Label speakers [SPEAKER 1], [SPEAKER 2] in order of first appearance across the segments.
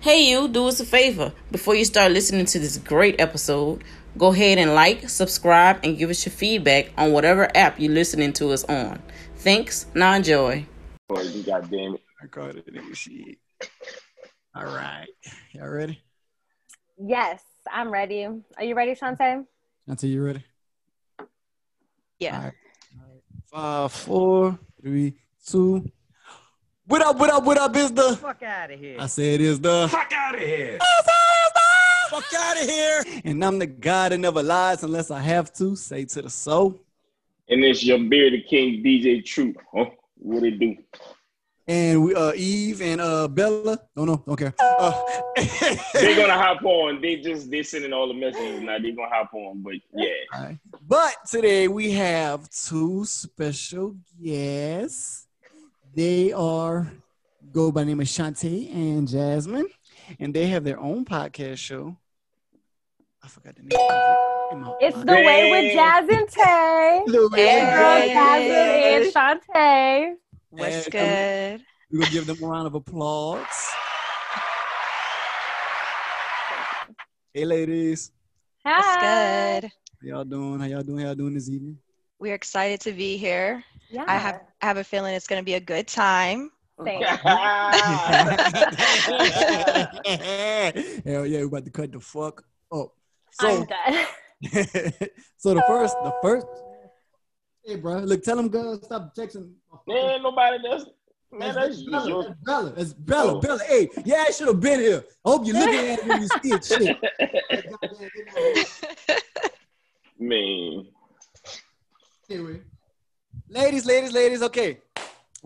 [SPEAKER 1] Hey, you, do us a favor. Before you start listening to this great episode, go ahead and like, subscribe, and give us your feedback on whatever app you're listening to us on. Thanks. Now enjoy.
[SPEAKER 2] God damn it.
[SPEAKER 3] I caught it. Let me see. All right. Y'all ready?
[SPEAKER 4] Yes, I'm ready. Are you ready, Shantae?
[SPEAKER 3] Until you ready?
[SPEAKER 1] Yeah.
[SPEAKER 3] All right. Five, four, three, two. What up, what up, what up is the
[SPEAKER 5] Fuck out of here.
[SPEAKER 3] I said is the
[SPEAKER 2] Fuck out of here.
[SPEAKER 3] fuck out of here. And I'm the guy that never lies unless I have to. Say to the soul.
[SPEAKER 2] And it's your bearded king, DJ True. Huh? What it do?
[SPEAKER 3] And we uh Eve and uh Bella. No, no, don't care. Uh,
[SPEAKER 2] They're gonna hop on. They just they sending all the messages now. They're gonna hop on, but yeah.
[SPEAKER 3] all right. But today we have two special guests. They are go by name of Shantae and Jasmine, and they have their own podcast show. I forgot the name. of it. In my
[SPEAKER 4] It's
[SPEAKER 3] mind.
[SPEAKER 4] the way with Jazz and Tay.
[SPEAKER 3] The way
[SPEAKER 4] Hey, girl, Jasmine
[SPEAKER 3] with
[SPEAKER 4] and Shantae.
[SPEAKER 3] What's
[SPEAKER 6] What's
[SPEAKER 3] good?
[SPEAKER 6] good?
[SPEAKER 3] We're gonna give them a round of applause. Hey, ladies,
[SPEAKER 6] What's
[SPEAKER 4] Hi.
[SPEAKER 6] good?
[SPEAKER 3] how y'all doing? How y'all doing? How y'all doing this evening?
[SPEAKER 6] We're excited to be here.
[SPEAKER 4] Yeah.
[SPEAKER 6] I have I have a feeling it's going to be a good time.
[SPEAKER 4] Same.
[SPEAKER 3] Hell yeah, we about to cut the fuck up.
[SPEAKER 4] I'm
[SPEAKER 3] So,
[SPEAKER 4] done.
[SPEAKER 3] so the first, the first. Hey, bro, look, tell them girls stop texting.
[SPEAKER 2] man, nobody does. Man, that's
[SPEAKER 3] That's
[SPEAKER 2] you.
[SPEAKER 3] Bella.
[SPEAKER 2] Your,
[SPEAKER 3] That's Bella. That's Bella.
[SPEAKER 2] Oh.
[SPEAKER 3] Bella. Hey, yeah, I should have been here. I hope you're looking at it when you see it. Shit. That goddamn video.
[SPEAKER 2] man.
[SPEAKER 3] Anyway, ladies, ladies, ladies. Okay,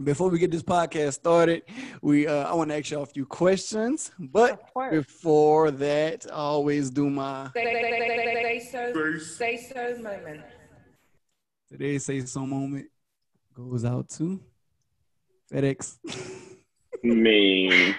[SPEAKER 3] before we get this podcast started, we uh, I want to ask y'all a few questions. But
[SPEAKER 4] Of course.
[SPEAKER 3] before that, I always do my
[SPEAKER 7] Say, say, say, say, say, so, say so moment.
[SPEAKER 3] today say so moment goes out to FedEx.
[SPEAKER 2] Man.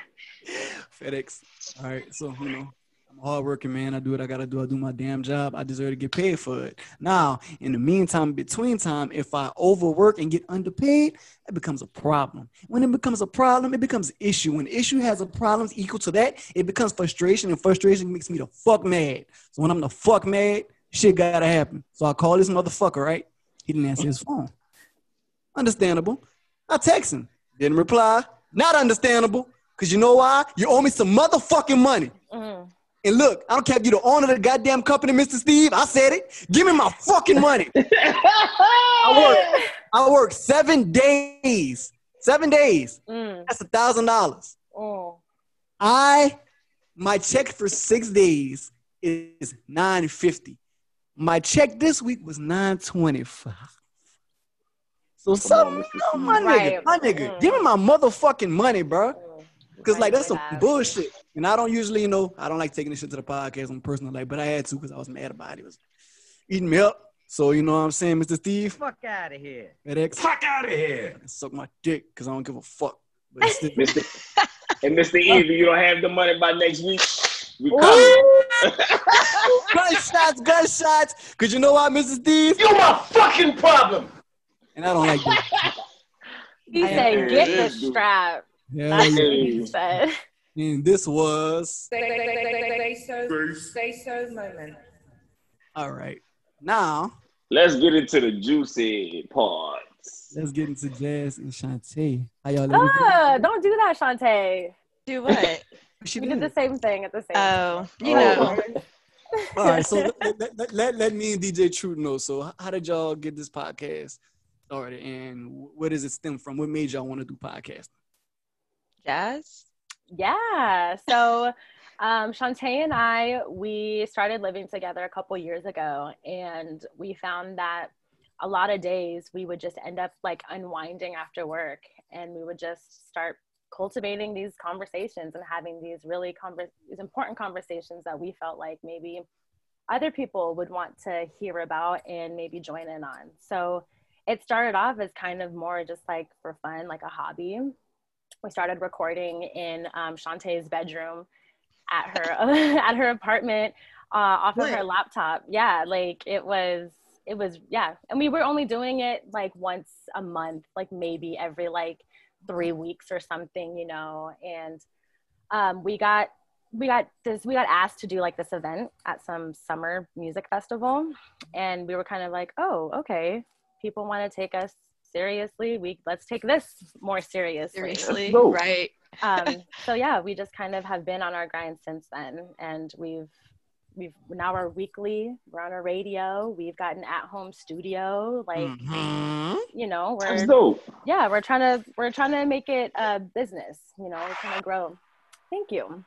[SPEAKER 3] FedEx. All right, so you know. I'm a hardworking man. I do what I gotta do. I do my damn job. I deserve to get paid for it. Now, in the meantime, between time, if I overwork and get underpaid, that becomes a problem. When it becomes a problem, it becomes an issue. When issue has a problem equal to that, it becomes frustration, and frustration makes me the fuck mad. So when I'm the fuck mad, shit gotta happen. So I call this motherfucker. Right? He didn't answer his phone. Understandable. I text him. Didn't reply. Not understandable. Cause you know why? You owe me some motherfucking money.
[SPEAKER 4] Mm.
[SPEAKER 3] And look, I don't care if you're the owner of the goddamn company, Mr. Steve. I said it. Give me my fucking money. I work. I work seven days. Seven days.
[SPEAKER 4] Mm.
[SPEAKER 3] That's a thousand dollars.
[SPEAKER 4] Mm.
[SPEAKER 3] I my check for six days is nine fifty. My check this week was nine twenty five. So
[SPEAKER 2] on,
[SPEAKER 3] some
[SPEAKER 2] Mr.
[SPEAKER 3] no, my nigga,
[SPEAKER 4] Right.
[SPEAKER 3] my nigga,
[SPEAKER 4] Mm.
[SPEAKER 3] give me my motherfucking money, bro.
[SPEAKER 4] Mm.
[SPEAKER 3] Cause
[SPEAKER 4] Right,
[SPEAKER 3] like that's
[SPEAKER 4] right
[SPEAKER 3] some
[SPEAKER 4] out.
[SPEAKER 3] bullshit. And I don't usually, you know, I don't like taking this shit to the podcast on personal life, but I had to because I was mad about it. It was eating me up. So you know what I'm saying, Mr. Steve,
[SPEAKER 5] Fuck out of here.
[SPEAKER 3] FedEx,
[SPEAKER 2] Fuck out of here.
[SPEAKER 3] suck my dick because I don't give a fuck. But still,
[SPEAKER 2] Mr. and Mr. Eve, if you don't have the money by next week. We coming.
[SPEAKER 3] Ooh. gunshots, gunshots. Cause you know why, Mrs. Steve?
[SPEAKER 2] You my fucking problem.
[SPEAKER 3] And I don't like that.
[SPEAKER 4] He
[SPEAKER 6] I
[SPEAKER 4] said,
[SPEAKER 2] agree.
[SPEAKER 4] get
[SPEAKER 2] Yeah,
[SPEAKER 4] the
[SPEAKER 2] dude.
[SPEAKER 4] strap. Ah,
[SPEAKER 3] Yeah,
[SPEAKER 4] That's
[SPEAKER 3] yeah.
[SPEAKER 4] what he said.
[SPEAKER 3] And this was
[SPEAKER 7] Say, say, say, say, say, so, say so moment.
[SPEAKER 3] all right. Now
[SPEAKER 2] Let's get into the juicy parts.
[SPEAKER 3] let's get into Jazz and Shantae. How y'all doing?
[SPEAKER 4] Ah, don't do that, Shantae.
[SPEAKER 6] Do what?
[SPEAKER 3] She
[SPEAKER 4] We did
[SPEAKER 3] did.
[SPEAKER 4] the same thing at the same time.
[SPEAKER 6] Oh, you know.
[SPEAKER 3] All right, so let, let, let, let, let me and DJ True know. So, h- how did y'all get this podcast started, and wh- where does it stem from? What made y'all want to do podcast?
[SPEAKER 6] Jazz?
[SPEAKER 4] Yeah. So um, Shantae and I, we started living together a couple years ago, and we found that a lot of days we would just end up like unwinding after work, and we would just start cultivating these conversations and having these really conver- these important conversations that we felt like maybe other people would want to hear about and maybe join in on. So it started off as kind of more just like for fun, like a hobby we started recording in um, Shantae's bedroom at her at her apartment uh, off of her
[SPEAKER 6] Right.
[SPEAKER 4] laptop. Yeah, like it was it was yeah, and we were only doing it like once a month, like maybe every like three weeks or something, you know. And um, we got we got this we got asked to do like this event at some summer music festival and we were kind of like oh okay people want to take us seriously we let's take this more seriously
[SPEAKER 6] Seriously,
[SPEAKER 3] go.
[SPEAKER 6] right?
[SPEAKER 4] um, so yeah we just kind of have been on our grind since then and we've we've now we're weekly we're on a radio we've got an at-home studio like
[SPEAKER 2] Mm-hmm.
[SPEAKER 3] Mm-hmm.
[SPEAKER 6] Mhm.
[SPEAKER 4] you know
[SPEAKER 2] That's
[SPEAKER 4] we're
[SPEAKER 2] dope.
[SPEAKER 4] yeah we're trying to we're trying to make it a business you know we're trying to grow thank you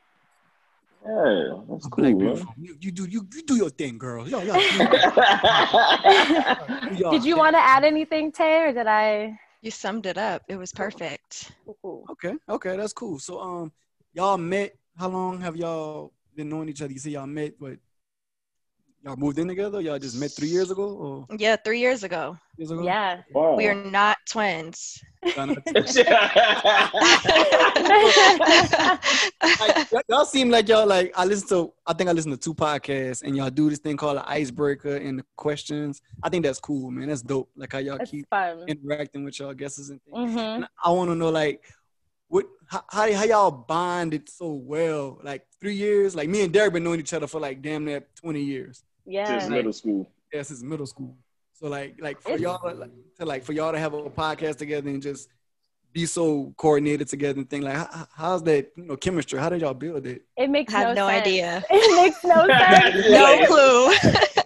[SPEAKER 2] Yeah, that's cool,
[SPEAKER 3] Black
[SPEAKER 2] man.
[SPEAKER 3] beautiful. You, you do you, you do your thing, girl. Yo, yo, you-
[SPEAKER 2] I
[SPEAKER 3] you your
[SPEAKER 4] did you
[SPEAKER 3] thing.
[SPEAKER 4] want to add anything tay or did i
[SPEAKER 6] You summed it up. It was perfect.
[SPEAKER 4] Ooh.
[SPEAKER 3] Okay, okay, that's cool. So um, y'all met. How long have y'all been knowing each other? You say y'all met, but y'all moved in together. Y'all just met three years ago or
[SPEAKER 6] Yeah, three years ago.
[SPEAKER 3] years ago.
[SPEAKER 4] yeah
[SPEAKER 2] Wow.
[SPEAKER 6] We are not twins.
[SPEAKER 3] Y'all not-
[SPEAKER 6] yeah,
[SPEAKER 3] like, y- y'all seem like y'all like I listen to I think I listen to two podcasts and y'all do this thing called an icebreaker and the questions. I think that's cool, man. That's dope. Like how y'all
[SPEAKER 4] it's
[SPEAKER 3] keep
[SPEAKER 4] fun
[SPEAKER 3] interacting with y'all guesses and things.
[SPEAKER 4] hmm
[SPEAKER 3] And I want to know like what how, how how y'all bonded so well? Like three years. Like me and Derek been knowing each other for like damn near twenty years.
[SPEAKER 2] Since
[SPEAKER 4] yeah
[SPEAKER 2] middle school.
[SPEAKER 3] Yeah, since middle school. So like like for
[SPEAKER 4] It's-
[SPEAKER 3] y'all like, to like for y'all to have a podcast together and just be so coordinated together and thing like how, how's that you know chemistry? How did y'all build it?
[SPEAKER 4] it makes
[SPEAKER 6] Have
[SPEAKER 4] no
[SPEAKER 6] no
[SPEAKER 4] sense.
[SPEAKER 6] idea.
[SPEAKER 4] it makes no sense
[SPEAKER 6] no
[SPEAKER 2] Like-
[SPEAKER 6] clue.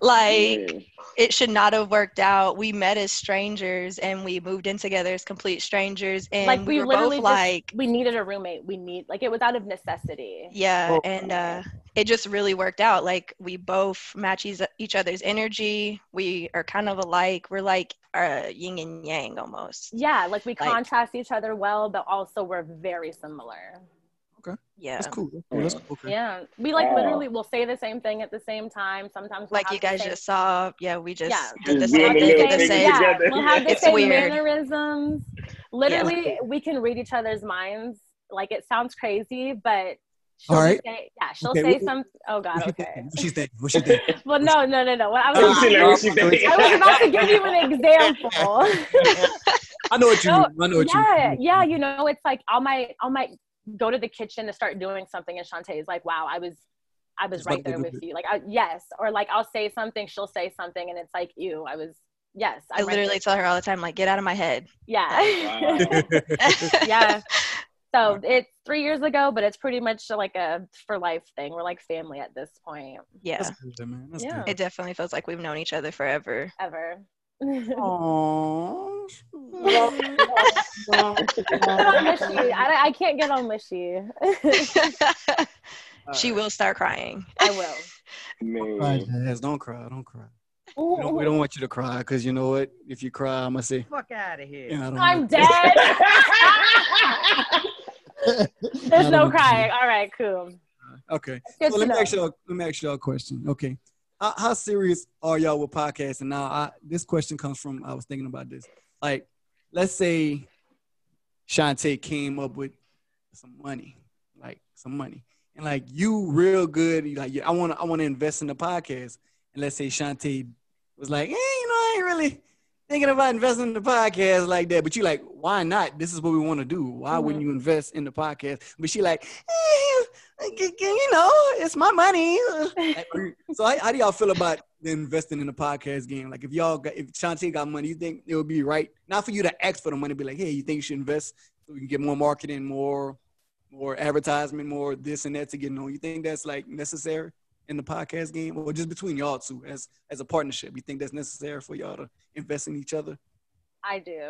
[SPEAKER 6] like
[SPEAKER 2] Yeah.
[SPEAKER 6] it should not have worked out. We met as strangers and we moved in together as complete strangers, and
[SPEAKER 4] like
[SPEAKER 6] we,
[SPEAKER 4] we
[SPEAKER 6] were
[SPEAKER 4] literally
[SPEAKER 6] both
[SPEAKER 4] just,
[SPEAKER 6] like,
[SPEAKER 4] we needed a roommate we need like it was out of necessity
[SPEAKER 6] yeah,
[SPEAKER 3] Oh.
[SPEAKER 6] and uh, it just really worked out. Like we both match eas- each other's energy. We are kind of alike. We're like uh, yin and yang almost.
[SPEAKER 4] yeah like we
[SPEAKER 6] Like-
[SPEAKER 4] contrast each other well but also we're very similar
[SPEAKER 6] Yeah,
[SPEAKER 3] That's cool. That's cool. That's cool. Okay.
[SPEAKER 4] yeah we like
[SPEAKER 2] Wow.
[SPEAKER 4] literally will say the same thing at the same time sometimes we'll
[SPEAKER 6] like
[SPEAKER 4] have
[SPEAKER 6] you
[SPEAKER 4] the
[SPEAKER 6] guys
[SPEAKER 4] same-
[SPEAKER 6] just saw. Yeah, we just
[SPEAKER 4] Yeah.
[SPEAKER 6] did the
[SPEAKER 2] Just doing
[SPEAKER 6] same
[SPEAKER 2] the
[SPEAKER 6] thing
[SPEAKER 2] little
[SPEAKER 6] at the
[SPEAKER 2] things
[SPEAKER 6] same.
[SPEAKER 4] yeah,
[SPEAKER 2] together.
[SPEAKER 4] we'll have the
[SPEAKER 6] It's
[SPEAKER 4] same
[SPEAKER 6] weird.
[SPEAKER 4] mannerisms. Literally,
[SPEAKER 3] Yeah.
[SPEAKER 4] we can read each other's minds. Like it sounds crazy, but she'll
[SPEAKER 3] All
[SPEAKER 4] just
[SPEAKER 3] right.
[SPEAKER 4] say, yeah, she'll
[SPEAKER 3] Okay,
[SPEAKER 4] say
[SPEAKER 3] what-
[SPEAKER 4] some. Oh
[SPEAKER 3] What
[SPEAKER 4] God,
[SPEAKER 3] she
[SPEAKER 4] okay.
[SPEAKER 3] think? What she think? What she think?
[SPEAKER 4] Well, no, no, no, no. What I
[SPEAKER 2] Don't
[SPEAKER 4] was,
[SPEAKER 2] see like
[SPEAKER 4] about,
[SPEAKER 2] what she think.
[SPEAKER 4] I was about to give you an example.
[SPEAKER 3] I know what you
[SPEAKER 4] No,
[SPEAKER 3] mean. I know what
[SPEAKER 4] yeah,
[SPEAKER 3] you mean.
[SPEAKER 4] yeah. You know, it's like I might, I might go to the kitchen to start doing something, and Shantae is like, "Wow, I was, I was
[SPEAKER 3] Just
[SPEAKER 4] right
[SPEAKER 3] about to
[SPEAKER 4] there
[SPEAKER 3] do
[SPEAKER 4] with
[SPEAKER 3] it.
[SPEAKER 4] you." Like, I, yes, or like I'll say something, she'll say something, and it's like, "Ew, I was." Yes,
[SPEAKER 6] I
[SPEAKER 4] I'm right
[SPEAKER 6] literally
[SPEAKER 4] there."
[SPEAKER 6] tell her all the time, like, get out of my head.
[SPEAKER 4] yeah.
[SPEAKER 2] Wow.
[SPEAKER 4] yeah. So it's three years ago, but it's pretty much like a for life thing. We're like family at this point,
[SPEAKER 6] yeah,
[SPEAKER 3] That's good, man. That's
[SPEAKER 4] Yeah.
[SPEAKER 3] yeah.
[SPEAKER 6] it definitely feels like we've known each other forever.
[SPEAKER 4] ever.
[SPEAKER 3] good. Aww.
[SPEAKER 4] Get on mushy. I, I can't get on mushy.
[SPEAKER 6] she will start crying.
[SPEAKER 4] I will.
[SPEAKER 3] Cry,
[SPEAKER 2] Man.
[SPEAKER 3] Jazz. Don't cry. Don't cry. We don't, we don't want you to cry because you know what? If you cry, I'm going to say,
[SPEAKER 5] Fuck out of here.
[SPEAKER 3] yeah, I don't
[SPEAKER 4] I'm
[SPEAKER 3] want-
[SPEAKER 4] dead. There's
[SPEAKER 3] I
[SPEAKER 4] no
[SPEAKER 3] don't-
[SPEAKER 4] crying. All right, cool.
[SPEAKER 3] Okay.
[SPEAKER 4] Good
[SPEAKER 3] So
[SPEAKER 4] to
[SPEAKER 3] let me,
[SPEAKER 4] know.
[SPEAKER 3] ask y'all, let me ask y'all a question. Okay. How, how serious are y'all with podcasts? And now I, this question comes from, I was thinking about this. Like, let's say Shantae came up with some money, like some money. And like you real good, you like yeah, I wanna I wanna invest in the podcast. And let's say Shantae was like, eh, you know, I ain't really thinking about investing in the podcast like that. But you like, why not? This is what we want to do. Why wouldn't you invest in the podcast? But she like, eh, g- g- you know, it's my money. Like, are you- so how, how do y'all feel about the investing in the podcast game? Like if y'all got, if Shantae got money, you think it would be right not for you to ask for the money, be like, hey, you think you should invest so we can get more marketing, more more advertisement, more this and that to get known. You think that's like necessary in the podcast game, or just between y'all two as as a partnership? You think that's necessary for y'all to invest in each other?
[SPEAKER 4] I do.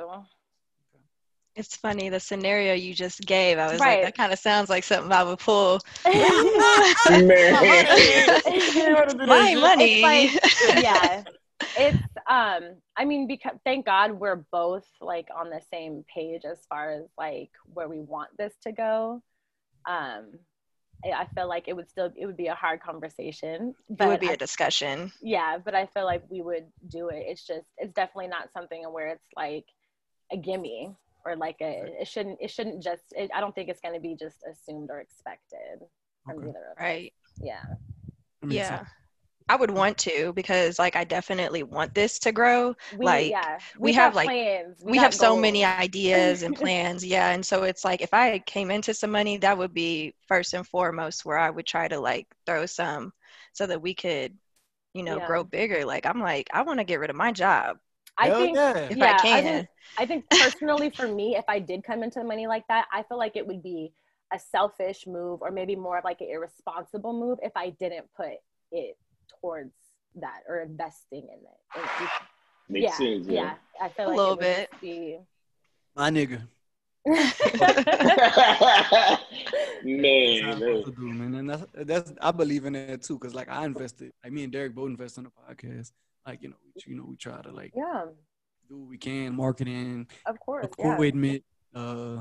[SPEAKER 6] It's funny the scenario you just gave. I was
[SPEAKER 4] Right.
[SPEAKER 6] like, that kind of sounds like something I would pull.
[SPEAKER 2] Man.
[SPEAKER 6] My money.
[SPEAKER 4] yeah it's um i mean because thank god we're both like on the same page as far as like where we want this to go um i I feel like it would still it would be a hard conversation but
[SPEAKER 6] it would be
[SPEAKER 4] I-
[SPEAKER 6] a discussion.
[SPEAKER 4] yeah but i feel like we would do it it's just it's definitely not something where it's like a gimme or like a it shouldn't it shouldn't just it, i don't think it's going to be just assumed or expected from
[SPEAKER 3] Okay.
[SPEAKER 4] either of us
[SPEAKER 6] Right.
[SPEAKER 4] yeah
[SPEAKER 3] I mean,
[SPEAKER 6] yeah.
[SPEAKER 3] so-
[SPEAKER 6] I would want to because like I definitely want this to grow.
[SPEAKER 4] We,
[SPEAKER 6] Like,
[SPEAKER 4] yeah,
[SPEAKER 6] we
[SPEAKER 4] got
[SPEAKER 6] have, like-
[SPEAKER 4] plans.
[SPEAKER 6] We
[SPEAKER 4] got
[SPEAKER 6] have so many
[SPEAKER 4] goals.
[SPEAKER 6] ideas and plans, yeah. And so it's like if I came into some money, that would be first and foremost where I would try to like throw some so that we could, you know,
[SPEAKER 4] Yeah.
[SPEAKER 6] grow bigger. Like I'm like I want to get rid of my job
[SPEAKER 4] I
[SPEAKER 3] Hell
[SPEAKER 4] think
[SPEAKER 3] yeah.
[SPEAKER 6] if
[SPEAKER 4] Yeah,
[SPEAKER 6] I
[SPEAKER 4] I
[SPEAKER 6] can.
[SPEAKER 4] think- I think personally for me, if I did come into money like that, I feel like it would be a selfish move or maybe more of like an irresponsible move if I didn't put it towards that or investing in it. It- it-
[SPEAKER 2] Makes
[SPEAKER 4] yeah,
[SPEAKER 2] sense. Yeah.
[SPEAKER 4] yeah. I feel
[SPEAKER 6] A
[SPEAKER 4] like
[SPEAKER 6] little
[SPEAKER 4] it would just be-
[SPEAKER 3] My nigga.
[SPEAKER 2] man,
[SPEAKER 3] That's how I'm
[SPEAKER 2] man.
[SPEAKER 3] supposed to do, man. And that's, that's I believe in that too, cause like I invested, like me and Derek both invest in the podcast. Like you know, we, you know, we try to like
[SPEAKER 4] yeah,
[SPEAKER 3] do what we can, marketing,
[SPEAKER 4] of course. Yeah.
[SPEAKER 3] equipment, uh,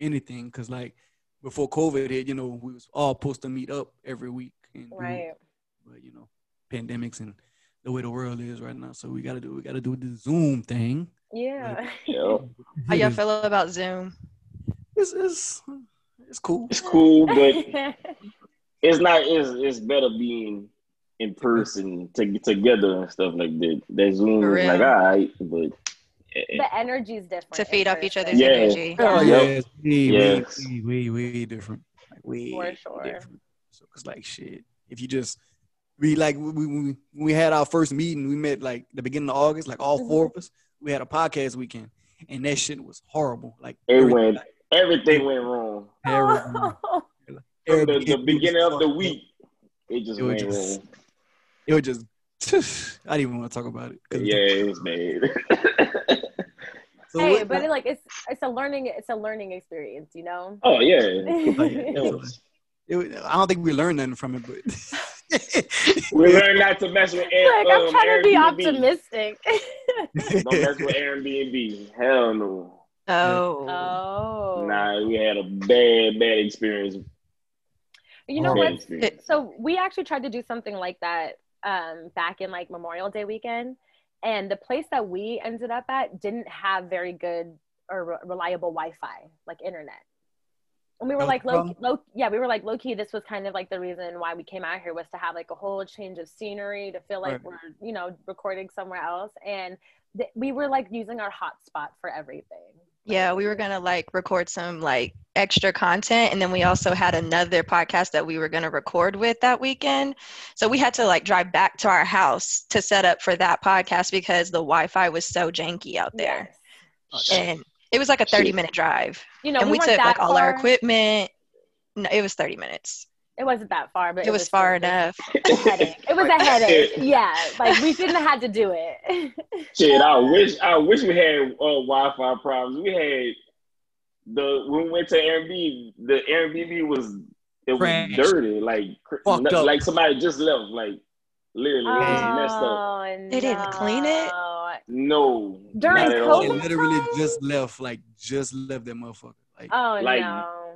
[SPEAKER 3] anything. Cause like before COVID hit, you know, we was all supposed to meet up every week, and do-
[SPEAKER 4] Right.
[SPEAKER 3] but you know, pandemics and the way the world is right now. So we gotta do, we gotta do the Zoom thing.
[SPEAKER 4] Yeah.
[SPEAKER 2] Yeah.
[SPEAKER 6] How y'all feel about Zoom?
[SPEAKER 3] It's it's it's cool.
[SPEAKER 2] It's cool, but it's not it's, it's better being in person to get together and stuff like that. That Zoom
[SPEAKER 6] For
[SPEAKER 2] is
[SPEAKER 6] real.
[SPEAKER 2] like all right, but eh,
[SPEAKER 4] the energy's different.
[SPEAKER 6] To
[SPEAKER 4] in
[SPEAKER 6] feed off each
[SPEAKER 4] person.
[SPEAKER 6] other's
[SPEAKER 2] Yeah.
[SPEAKER 6] energy.
[SPEAKER 3] Oh,
[SPEAKER 2] Yep.
[SPEAKER 3] yeah, it's way, way,
[SPEAKER 2] Yes.
[SPEAKER 3] way, way, way different. Like, way
[SPEAKER 4] For sure.
[SPEAKER 3] different. So, cause like shit, if you just we like we, we we- we had our first meeting, we met like the beginning of August, like all four
[SPEAKER 4] Mm-hmm.
[SPEAKER 3] of us. We had a podcast weekend, and that shit was horrible. Like
[SPEAKER 2] it
[SPEAKER 3] everything-
[SPEAKER 2] went
[SPEAKER 3] like,
[SPEAKER 2] everything went wrong.
[SPEAKER 3] terrible.
[SPEAKER 2] From the,
[SPEAKER 3] Everything-
[SPEAKER 2] the
[SPEAKER 3] it was
[SPEAKER 2] beginning of the
[SPEAKER 3] fucked up.
[SPEAKER 2] week, it just
[SPEAKER 3] It was
[SPEAKER 2] went
[SPEAKER 3] just-
[SPEAKER 2] wrong.
[SPEAKER 3] It was just. I didn't even want to talk about it. 'cause
[SPEAKER 2] Yeah, it was bad.
[SPEAKER 3] so
[SPEAKER 4] hey,
[SPEAKER 3] what-
[SPEAKER 4] but it, like it's it's a learning it's a learning experience, you know.
[SPEAKER 2] oh yeah.
[SPEAKER 3] yeah.
[SPEAKER 2] It was-
[SPEAKER 3] it was- I don't think we learned nothing from it, but
[SPEAKER 2] We learned not to mess with Air,
[SPEAKER 4] like I'm
[SPEAKER 2] um,
[SPEAKER 4] trying to be
[SPEAKER 2] Airbnb.
[SPEAKER 4] optimistic.
[SPEAKER 2] Don't mess with Airbnb. Hell no.
[SPEAKER 6] Oh.
[SPEAKER 4] oh,
[SPEAKER 2] Nah, we had a bad, bad experience.
[SPEAKER 4] you know
[SPEAKER 3] Oh.
[SPEAKER 2] Bad
[SPEAKER 4] what?
[SPEAKER 2] experience.
[SPEAKER 4] So we actually tried to do something like that um, back in like Memorial Day weekend, and the place that we ended up at didn't have very good or re- reliable Wi-Fi, like internet. And we were
[SPEAKER 3] No
[SPEAKER 4] like low,
[SPEAKER 3] problem.
[SPEAKER 4] low, yeah, we were like low key. This was kind of like the reason why we came out here was to have like a whole change of scenery to feel like
[SPEAKER 3] Right.
[SPEAKER 4] we're you know recording somewhere else, and th- we were like using our hotspot for everything.
[SPEAKER 6] Yeah, we were gonna like record some like extra content, and then we also had another podcast that we were gonna record with that weekend. So we had to like drive back to our house to set up for that podcast because the Wi-Fi was so janky out there,
[SPEAKER 4] Yes.
[SPEAKER 6] and it was like a
[SPEAKER 2] Shit.
[SPEAKER 6] thirty-minute drive,
[SPEAKER 4] You know,
[SPEAKER 6] and we
[SPEAKER 4] weren't
[SPEAKER 6] took
[SPEAKER 4] that
[SPEAKER 6] like all our
[SPEAKER 4] far.
[SPEAKER 6] equipment. No, it was thirty minutes.
[SPEAKER 4] It wasn't that far, but
[SPEAKER 6] It was far
[SPEAKER 4] still-
[SPEAKER 6] enough.
[SPEAKER 4] a headache. It was a headache. Yeah, like we shouldn't have had to do it.
[SPEAKER 2] Shit, I wish I wish we had uh, Wi-Fi problems. We had the when we went to Airbnb, the Airbnb was it was
[SPEAKER 3] Crashed.
[SPEAKER 2] dirty, like cr-
[SPEAKER 3] Fucked
[SPEAKER 2] no-
[SPEAKER 3] up.
[SPEAKER 2] like somebody just left, like literally it was messed up.
[SPEAKER 4] Oh,
[SPEAKER 6] They didn't clean it?
[SPEAKER 4] no.
[SPEAKER 2] No,
[SPEAKER 4] During
[SPEAKER 2] not at all.
[SPEAKER 3] They
[SPEAKER 4] COVID?
[SPEAKER 3] literally just left, like just left that motherfucker, like
[SPEAKER 4] Oh
[SPEAKER 2] Like-
[SPEAKER 4] no.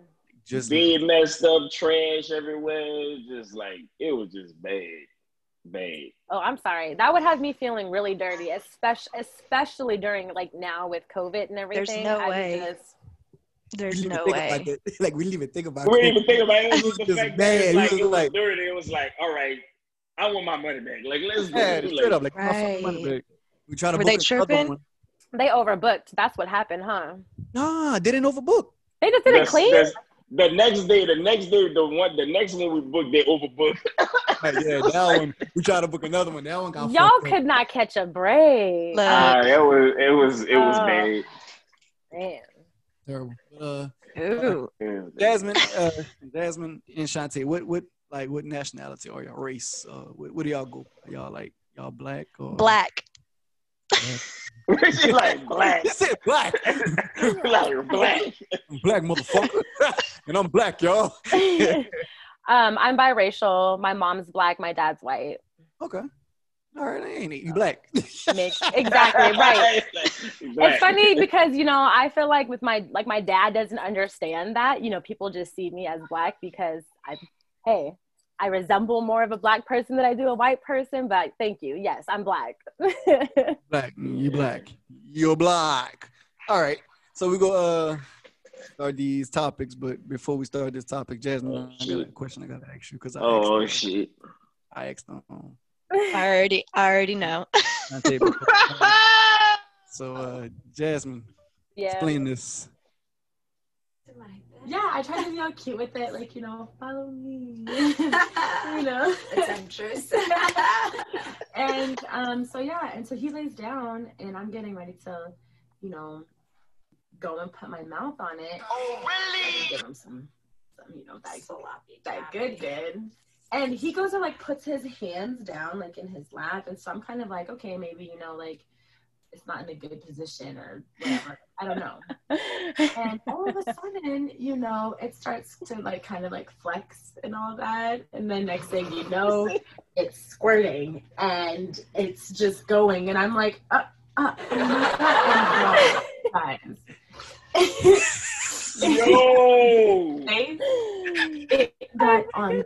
[SPEAKER 3] just
[SPEAKER 2] Being messed up, trash everywhere, just like it was just bad, bad.
[SPEAKER 4] Oh, I'm sorry. That would have me feeling really dirty, especially especially during like now with COVID and everything.
[SPEAKER 6] no
[SPEAKER 4] I
[SPEAKER 6] way.
[SPEAKER 4] just-
[SPEAKER 6] There's
[SPEAKER 3] We didn't
[SPEAKER 6] no
[SPEAKER 3] even think
[SPEAKER 6] way.
[SPEAKER 3] about that. Like we didn't even think about
[SPEAKER 2] We didn't
[SPEAKER 3] it.
[SPEAKER 2] even think about it. It was just
[SPEAKER 3] It
[SPEAKER 2] the
[SPEAKER 3] was
[SPEAKER 2] fact
[SPEAKER 3] bad.
[SPEAKER 2] that it was, like,
[SPEAKER 3] It was
[SPEAKER 2] it was
[SPEAKER 3] like-
[SPEAKER 2] dirty. It was like, all right, I want my money back. Like, let's go.
[SPEAKER 3] Yeah,
[SPEAKER 2] It was
[SPEAKER 3] straight up,
[SPEAKER 2] like,
[SPEAKER 3] like my fucking money
[SPEAKER 6] Right.
[SPEAKER 3] back. We tried to
[SPEAKER 6] Were
[SPEAKER 3] book
[SPEAKER 6] they
[SPEAKER 3] another
[SPEAKER 6] tripping?
[SPEAKER 3] one.
[SPEAKER 4] they overbooked. That's what happened, huh?
[SPEAKER 3] Nah, they didn't overbook.
[SPEAKER 4] They just didn't
[SPEAKER 2] that's-
[SPEAKER 4] clean.
[SPEAKER 2] that's- The next day, the next day, the one, the next one we booked, they overbooked.
[SPEAKER 3] Like, yeah, that one. We tried to book another one. That one got
[SPEAKER 4] Y'all
[SPEAKER 3] fucked up.
[SPEAKER 4] could not catch a break.
[SPEAKER 6] Look.
[SPEAKER 4] Oh,
[SPEAKER 2] Ah, it was, it was, it was
[SPEAKER 4] Oh.
[SPEAKER 2] bad.
[SPEAKER 4] man.
[SPEAKER 3] terrible. But, uh,
[SPEAKER 6] Ooh,
[SPEAKER 2] It was bad.
[SPEAKER 3] Jasmine, uh, Jasmine and Shantae, what what like what nationality are y'all? Race? Uh, what, what do y'all go? By? Y'all like y'all black or
[SPEAKER 6] black.
[SPEAKER 2] She like black,
[SPEAKER 3] They said black,
[SPEAKER 2] like black.
[SPEAKER 3] I'm black motherfucker, and I'm black, y'all.
[SPEAKER 4] um, I'm biracial. My mom's black. My dad's white.
[SPEAKER 3] Okay, all right, I ain't you black.
[SPEAKER 4] Mixed. Exactly right.
[SPEAKER 2] Black.
[SPEAKER 4] It's funny because you know I feel like with my like my dad doesn't understand that you know people just see me as black because I hey I resemble more of a black person than I do a white person but thank you yes I'm black
[SPEAKER 3] black. You black. You're black. All right. So we go uh start these topics, but before we start this topic, Jasmine,
[SPEAKER 2] Oh,
[SPEAKER 3] I got a
[SPEAKER 2] shit.
[SPEAKER 3] question I gotta ask you because I asked,
[SPEAKER 2] Oh
[SPEAKER 3] uh,
[SPEAKER 2] shit.
[SPEAKER 3] I asked um
[SPEAKER 6] I already, I already know.
[SPEAKER 3] Not table. so, uh, Jasmine,
[SPEAKER 4] yeah.
[SPEAKER 3] explain this.
[SPEAKER 5] Yeah, I try to be all cute with it, like you know, follow me, you know.
[SPEAKER 8] Adventurous.
[SPEAKER 5] and um, so yeah, and so he lays down, and I'm getting ready to, you know, go and put my mouth on it. Give him some, some, you know, that, that good, good. And he goes and like puts his hands down, like in his lap, and so I'm kind of like, okay, maybe you know, like it's not in a good position or whatever. I don't know and all of a sudden, you know, it starts to like kind of like flex and all that. And then next thing you know, it's squirting and it's just going. And I'm like, uh, uh, uh, uh, and no,
[SPEAKER 2] Yo!
[SPEAKER 5] guys. It got on,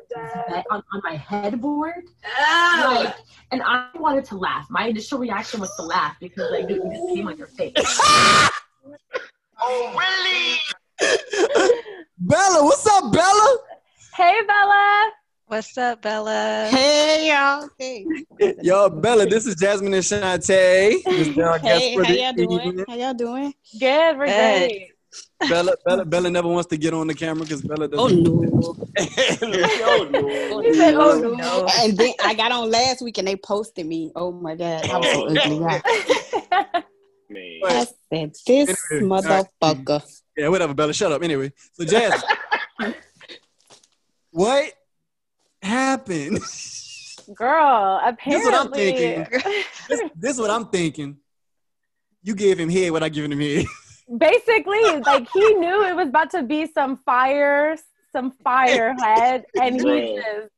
[SPEAKER 5] on on my headboard.
[SPEAKER 4] Oh.
[SPEAKER 5] Like, and I wanted to laugh. My initial reaction was to laugh because like dude, you just came on your face.
[SPEAKER 2] Oh,
[SPEAKER 3] Bella, what's up, Bella?
[SPEAKER 4] Hey, Bella.
[SPEAKER 6] What's up, Bella?
[SPEAKER 9] Hey y'all. Hey.
[SPEAKER 3] Yo, Bella, this is Jasmine and Shantae. This is our guest
[SPEAKER 9] Hey,
[SPEAKER 3] for
[SPEAKER 9] how
[SPEAKER 3] the
[SPEAKER 9] y'all doing?
[SPEAKER 3] evening.
[SPEAKER 9] How y'all doing?
[SPEAKER 4] Good. We're
[SPEAKER 6] Good.
[SPEAKER 4] great.
[SPEAKER 3] Bella, Bella, Bella never wants to get on the camera because Bella doesn't.
[SPEAKER 9] no.
[SPEAKER 2] Yo, dude.
[SPEAKER 6] He said,
[SPEAKER 9] Oh,
[SPEAKER 6] "Oh, no."
[SPEAKER 9] And then I got on last week and they posted me. Oh my god, I was so ugly. I,
[SPEAKER 2] Man.
[SPEAKER 9] I said this
[SPEAKER 3] Anyway,
[SPEAKER 9] motherfucker.
[SPEAKER 3] Yeah, whatever, Bella. Shut up. Anyway, so Jasmine, what happened?
[SPEAKER 4] Girl, apparently.
[SPEAKER 3] This is what I'm thinking. This, this is what I'm thinking. You gave him head what I giving him head.
[SPEAKER 4] Basically, like he knew it was about to be some fire, some firehead, and he
[SPEAKER 2] Right.
[SPEAKER 4] just.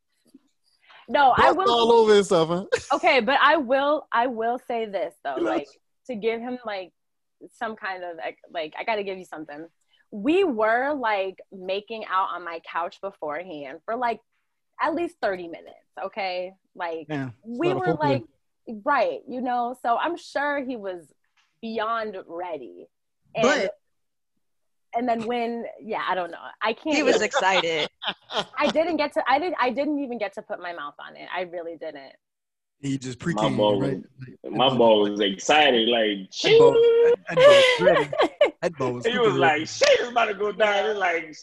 [SPEAKER 4] No, Oh, I
[SPEAKER 9] That's
[SPEAKER 4] will.
[SPEAKER 9] all
[SPEAKER 3] over himself, huh?
[SPEAKER 4] okay but i will i will say this though like to give him like some kind of like, like i gotta give you something we were like making out on my couch beforehand for like at least 30 minutes okay like
[SPEAKER 3] Yeah.
[SPEAKER 4] we
[SPEAKER 3] lot of
[SPEAKER 4] were
[SPEAKER 3] foreplay.
[SPEAKER 4] like right you know so i'm sure he was beyond ready and
[SPEAKER 9] But-
[SPEAKER 4] and then when yeah i don't know i can't
[SPEAKER 6] He was excited.
[SPEAKER 4] i didn't get to i didn't i didn't even get to put my mouth on it i really didn't
[SPEAKER 3] He just pre
[SPEAKER 2] My
[SPEAKER 3] came
[SPEAKER 2] ball,
[SPEAKER 3] right.
[SPEAKER 2] my ball was excited. Like,
[SPEAKER 3] That ball,
[SPEAKER 2] she.
[SPEAKER 3] that ball was ready. That ball was
[SPEAKER 2] He
[SPEAKER 3] super
[SPEAKER 2] was
[SPEAKER 3] ready.
[SPEAKER 2] like, shit is about to go down. It's like,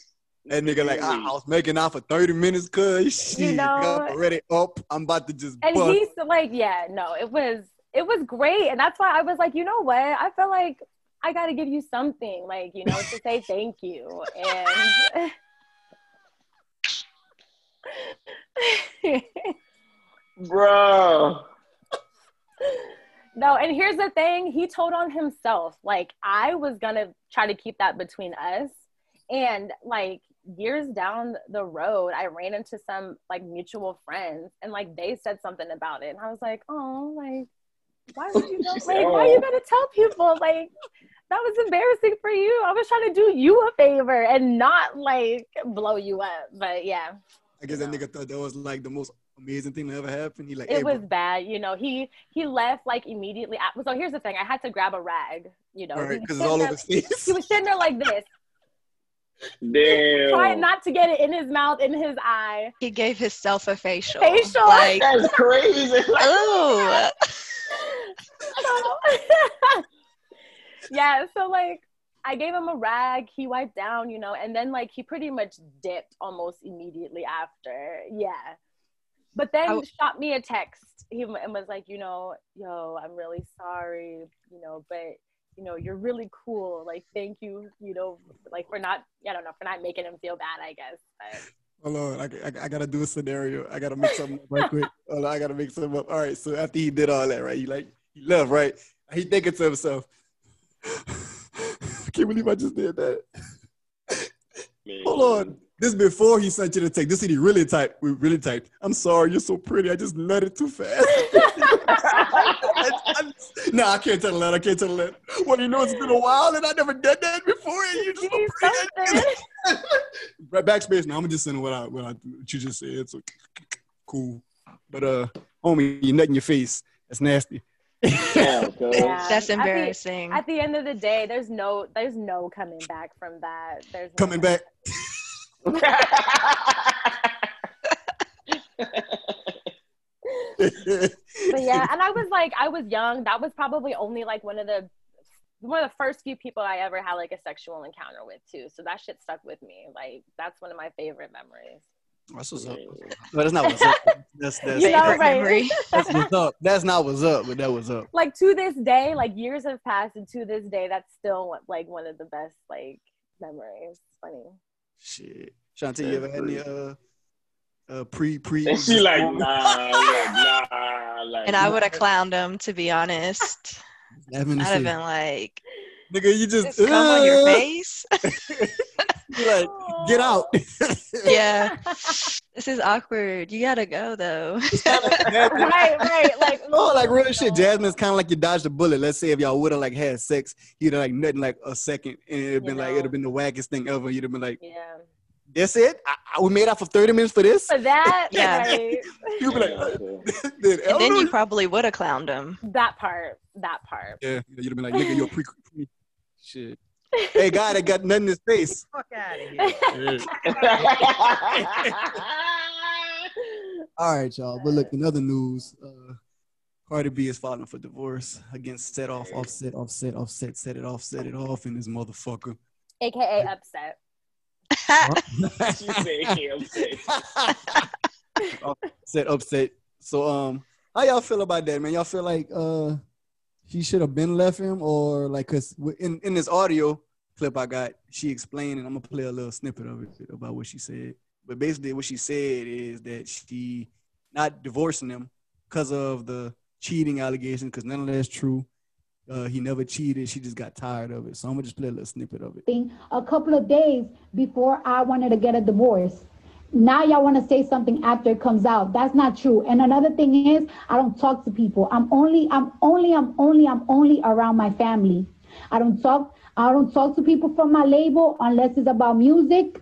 [SPEAKER 3] that nigga like I, I was making out for thirty minutes, cause shit,
[SPEAKER 4] know-
[SPEAKER 3] I'm already up. I'm about to just
[SPEAKER 4] and
[SPEAKER 3] bust.
[SPEAKER 4] he's like yeah no it was it was great and that's why i was like you know what i feel like i gotta give you something like you know to say thank you and
[SPEAKER 2] bro.
[SPEAKER 4] no and here's the thing he told on himself like i was gonna try to keep that between us and like years down the road i ran into some like mutual friends and like they said something about it and i was like oh like why would you go,
[SPEAKER 2] She
[SPEAKER 4] like
[SPEAKER 2] said,
[SPEAKER 4] why you
[SPEAKER 2] "Oh."
[SPEAKER 4] gonna tell people like that was embarrassing for you i was trying to do you a favor and not like blow you up but yeah
[SPEAKER 3] I guess that nigga thought that was like the most amazing thing that ever happened. He like, hey,
[SPEAKER 4] it was
[SPEAKER 3] bro,
[SPEAKER 4] bad you know he he left like immediately af- so here's the thing i had to grab a rag you know
[SPEAKER 3] all right,
[SPEAKER 4] He was
[SPEAKER 3] because it's
[SPEAKER 4] sitting
[SPEAKER 3] all
[SPEAKER 4] there-
[SPEAKER 3] over his face.
[SPEAKER 4] he was sitting there like this trying
[SPEAKER 2] Damn.
[SPEAKER 4] not to get it in his mouth in his eye
[SPEAKER 6] He gave himself a facial.
[SPEAKER 4] Facial?
[SPEAKER 6] Like,
[SPEAKER 2] That's crazy. Like,
[SPEAKER 6] ooh.
[SPEAKER 4] so, yeah so like i gave him a rag he wiped down you know and then like he pretty much dipped almost immediately after yeah but then
[SPEAKER 6] I-
[SPEAKER 4] shot me a text he w- and was like you know yo i'm really sorry you know but you know you're really cool like thank you you know like for not i don't know for not making him feel bad i guess but
[SPEAKER 3] Hold on, I, I, I gotta do a scenario. I gotta make something up right quick. Hold on, I gotta make something up. All right, so after he did all that, right? He like he left, right? He thinking to himself, I can't believe I just did that.
[SPEAKER 2] Man.
[SPEAKER 3] Hold on. This before he sent you the text. This is he really typed. We really typed. I'm sorry, you're so pretty. I just nutted too fast. no, nah, I can't tell a that. I can't tell a that. Well, you know, it's been a while and I never done that before. And you just so
[SPEAKER 4] Give me
[SPEAKER 3] pretty.
[SPEAKER 4] something.
[SPEAKER 3] Right, backspace. Now I'm just sending what I what I what you just said. So cool. But uh, homie, you nut in your face. That's nasty.
[SPEAKER 2] Damn, cuz.
[SPEAKER 4] Yeah.
[SPEAKER 6] That's
[SPEAKER 4] I think-
[SPEAKER 6] embarrassing.
[SPEAKER 4] at the end of the day there's no there's no coming back from that there's no
[SPEAKER 3] Coming back.
[SPEAKER 4] but yeah, and I was like, I was young. That was probably only like one of the one of the first few people I ever had like a sexual encounter with too. So that shit stuck with me. Like that's one of my favorite memories.
[SPEAKER 3] That's what's up. No, that's not what's up. That's that's,
[SPEAKER 4] You know,
[SPEAKER 6] Favorite
[SPEAKER 4] right.
[SPEAKER 6] memory.
[SPEAKER 3] that's what's up. That's not what's up, but that was up.
[SPEAKER 4] Like to this day, like years have passed, and to this day, that's still like one of the best like memories. Funny.
[SPEAKER 3] Shit. Shantae, you ever had any uh uh pre pre
[SPEAKER 2] And she like, nah, like, nah, like.
[SPEAKER 6] And I would have clowned him, to be honest.
[SPEAKER 3] Having to
[SPEAKER 6] I'd have
[SPEAKER 3] say,
[SPEAKER 6] been like,
[SPEAKER 3] nigga, you just
[SPEAKER 6] "This come on your
[SPEAKER 3] uh,"
[SPEAKER 6] face.
[SPEAKER 3] you like get out.
[SPEAKER 6] yeah. This is awkward. You gotta go though.
[SPEAKER 4] right, right. Like oh,
[SPEAKER 3] No, Oh, like real shit. Jasmine's kind of like you dodged a bullet. Let's say if y'all would have like had sex, you'd have like nothing like a second, and it'd
[SPEAKER 4] You
[SPEAKER 3] been like
[SPEAKER 4] know.
[SPEAKER 3] it'd have been the wackest thing ever. You'd have been like,
[SPEAKER 4] Yeah.
[SPEAKER 3] "That's it? I, I- we made out for thirty minutes for this."
[SPEAKER 4] For that,
[SPEAKER 6] Yeah.
[SPEAKER 4] right.
[SPEAKER 3] You'd be like, uh,
[SPEAKER 2] Yeah,
[SPEAKER 3] then,
[SPEAKER 6] And then you probably would have clowned him.
[SPEAKER 4] That part. That part.
[SPEAKER 3] yeah, you'd have been like, "Nigga, you're pre." pre- shit. Hey, guy that got nothing in his face.
[SPEAKER 8] Fuck out of here.
[SPEAKER 3] All right, y'all. But look, in other news, uh, Cardi B is filing for divorce against set off, offset, offset, offset, set it off, set it off, and this motherfucker.
[SPEAKER 4] AKA upset.
[SPEAKER 2] she said, yeah, I'm saying.
[SPEAKER 3] upset, upset. So um, how y'all feel about that, man? Y'all feel like uh, she should have been left him, or like, cause w- in in this audio clip I got, she explained, and I'm gonna play a little snippet of it about what she said. But basically, what she said is that she not divorcing him because of the cheating allegation, because none of that's true. Uh, he never cheated. She just got tired of it. So I'm gonna just play a little snippet of it.
[SPEAKER 10] something a couple of days before I wanted to get a divorce. Now y'all want to say something after it comes out. That's not true. And another thing is, I don't talk to people. I'm only, I'm only, I'm only, I'm only around my family. I don't talk, I don't talk to people from my label unless it's about music.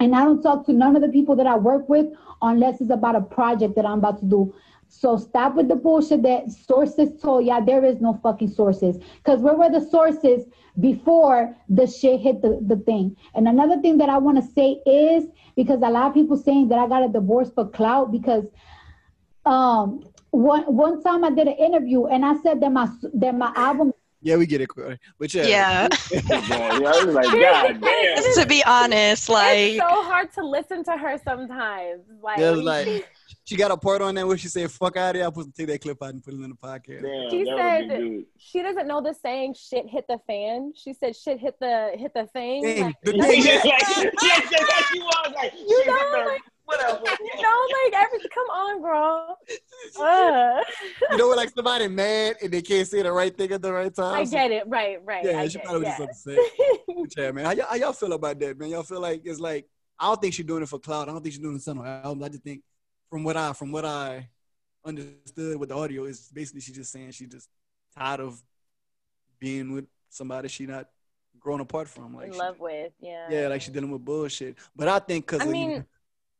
[SPEAKER 10] And I don't talk to none of the people that I work with unless it's about a project that I'm about to do. So stop with the bullshit that sources told y'all there is no fucking sources. Because where were the sources before the shit hit the, the thing? And another thing that I want to say is because a lot of people saying that I got a divorce for clout because um one one time I did an interview and I said that my that my album
[SPEAKER 3] Yeah, we get it, Cardi. but yeah,
[SPEAKER 6] Yeah.
[SPEAKER 2] Yeah, I was like, God damn.
[SPEAKER 6] to be honest, like
[SPEAKER 4] it's so hard to listen to her sometimes. Like,
[SPEAKER 3] Yeah, it was like she got a part on there where she said, "Fuck out of here." I supposed to take that clip out and put it in the podcast.
[SPEAKER 2] Damn,
[SPEAKER 4] She
[SPEAKER 2] that would
[SPEAKER 4] said-
[SPEAKER 2] be good.
[SPEAKER 4] she doesn't know the saying "shit hit the fan." She said "shit hit the hit the thing."
[SPEAKER 3] Dang,
[SPEAKER 4] Like,
[SPEAKER 3] the
[SPEAKER 2] Yeah,
[SPEAKER 3] thing
[SPEAKER 2] yeah,
[SPEAKER 3] is-
[SPEAKER 2] like, yeah, yeah, yeah, she was like,
[SPEAKER 4] You
[SPEAKER 2] she
[SPEAKER 4] know,
[SPEAKER 2] was
[SPEAKER 4] like-
[SPEAKER 2] whatever.
[SPEAKER 4] you know, like every come on, girl. Uh,
[SPEAKER 3] you know, when, like somebody mad and they can't say the right thing at the right time.
[SPEAKER 4] I
[SPEAKER 3] So-
[SPEAKER 4] get it. Right, right.
[SPEAKER 3] yeah,
[SPEAKER 4] I
[SPEAKER 3] she
[SPEAKER 4] get
[SPEAKER 3] probably
[SPEAKER 4] it,
[SPEAKER 3] was just upset. But yeah, man, how, y'all- how y'all feel about that, man? Y'all feel like it's like I don't think she's doing it for cloud. I don't think she's doing it on her album. I just think from what I from what I understood with the audio is basically she's just saying she's just tired of being with somebody she not growing apart from. Like
[SPEAKER 4] In
[SPEAKER 3] she-
[SPEAKER 4] love with, yeah.
[SPEAKER 3] yeah, like she dealing with bullshit. But I think because
[SPEAKER 4] I mean-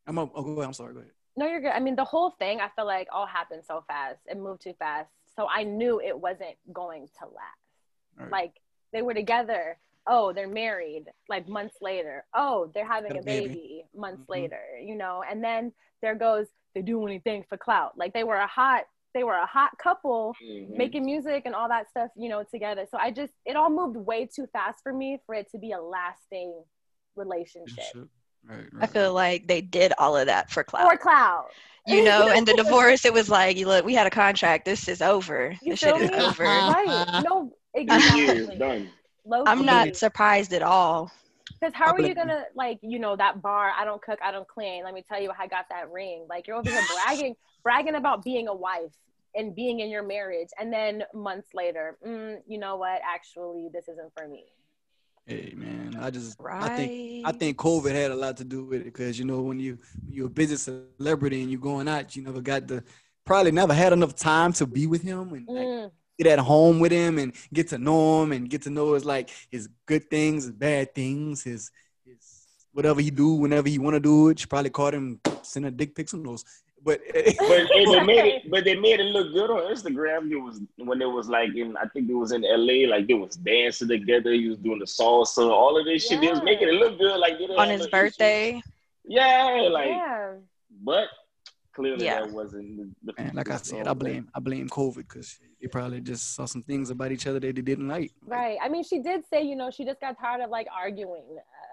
[SPEAKER 3] I'm a, oh, go ahead. I'm sorry. Go ahead.
[SPEAKER 4] No, you're good. I mean, the whole thing, I feel like all happened so fast. It moved too fast. So I knew it wasn't going to last.
[SPEAKER 3] Right.
[SPEAKER 4] Like they were together. Oh, they're married like months later. Oh, they're having
[SPEAKER 3] Got
[SPEAKER 4] a
[SPEAKER 3] a baby.
[SPEAKER 4] baby, Mm-hmm. months
[SPEAKER 3] Mhm.
[SPEAKER 4] later, you know? And then there goes, they do anything for clout. Like they were a hot, they were a hot couple
[SPEAKER 2] Mhm.
[SPEAKER 4] making music and all that stuff, you know, together. So I just, it all moved way too fast for me for it to be a lasting relationship
[SPEAKER 3] Right,
[SPEAKER 6] I feel like they did all of that for
[SPEAKER 4] or
[SPEAKER 6] clout.
[SPEAKER 4] clout.
[SPEAKER 6] You know, and the divorce, it was like, you look, we had a contract. This is over.
[SPEAKER 4] You
[SPEAKER 6] This shit
[SPEAKER 4] feel
[SPEAKER 6] is
[SPEAKER 4] me?
[SPEAKER 6] over.
[SPEAKER 4] right. No,
[SPEAKER 2] Years
[SPEAKER 4] exactly.
[SPEAKER 2] done.
[SPEAKER 4] Oh,
[SPEAKER 6] I'm not surprised at all.
[SPEAKER 4] Because
[SPEAKER 3] I
[SPEAKER 4] how are you
[SPEAKER 3] believe you.
[SPEAKER 4] gonna like you know that bar? I don't cook. I don't clean. Let me tell you, I got that ring. Like you're over here bragging, bragging about being a wife and being in your marriage, and then months later, mm, you know what? Actually, this isn't for me.
[SPEAKER 3] Hey man, I just
[SPEAKER 6] Right.
[SPEAKER 3] I think I think COVID had a lot to do with it because you know when you when you're a busy celebrity and you're going out, you never got the probably never had enough time to be with him and like,
[SPEAKER 4] Mm,
[SPEAKER 3] get at home with him and get to know him and get to know his like his good things, his bad things, his his whatever he do whenever he want to do it. She probably caught him sending dick pics on those, but
[SPEAKER 2] But hey, they made it. But they made it look good on Instagram. It was when it was like in. I think it was in LA. Like they was dancing together. He was doing the salsa. All of this shit. They was
[SPEAKER 4] Yeah.
[SPEAKER 2] making it look good. Like they didn't
[SPEAKER 6] On
[SPEAKER 2] have
[SPEAKER 6] his
[SPEAKER 2] no issues.
[SPEAKER 6] birthday,
[SPEAKER 2] Yeah. Like,
[SPEAKER 4] yeah.
[SPEAKER 2] but Clearly,
[SPEAKER 6] Yeah.
[SPEAKER 2] that wasn't the, the
[SPEAKER 3] Man, like I
[SPEAKER 2] people's
[SPEAKER 3] said, I
[SPEAKER 2] fault.
[SPEAKER 3] blame I blame COVID because they probably just saw some things about each other that they didn't like.
[SPEAKER 4] Right. I mean, she did say, you know, she just got tired of like arguing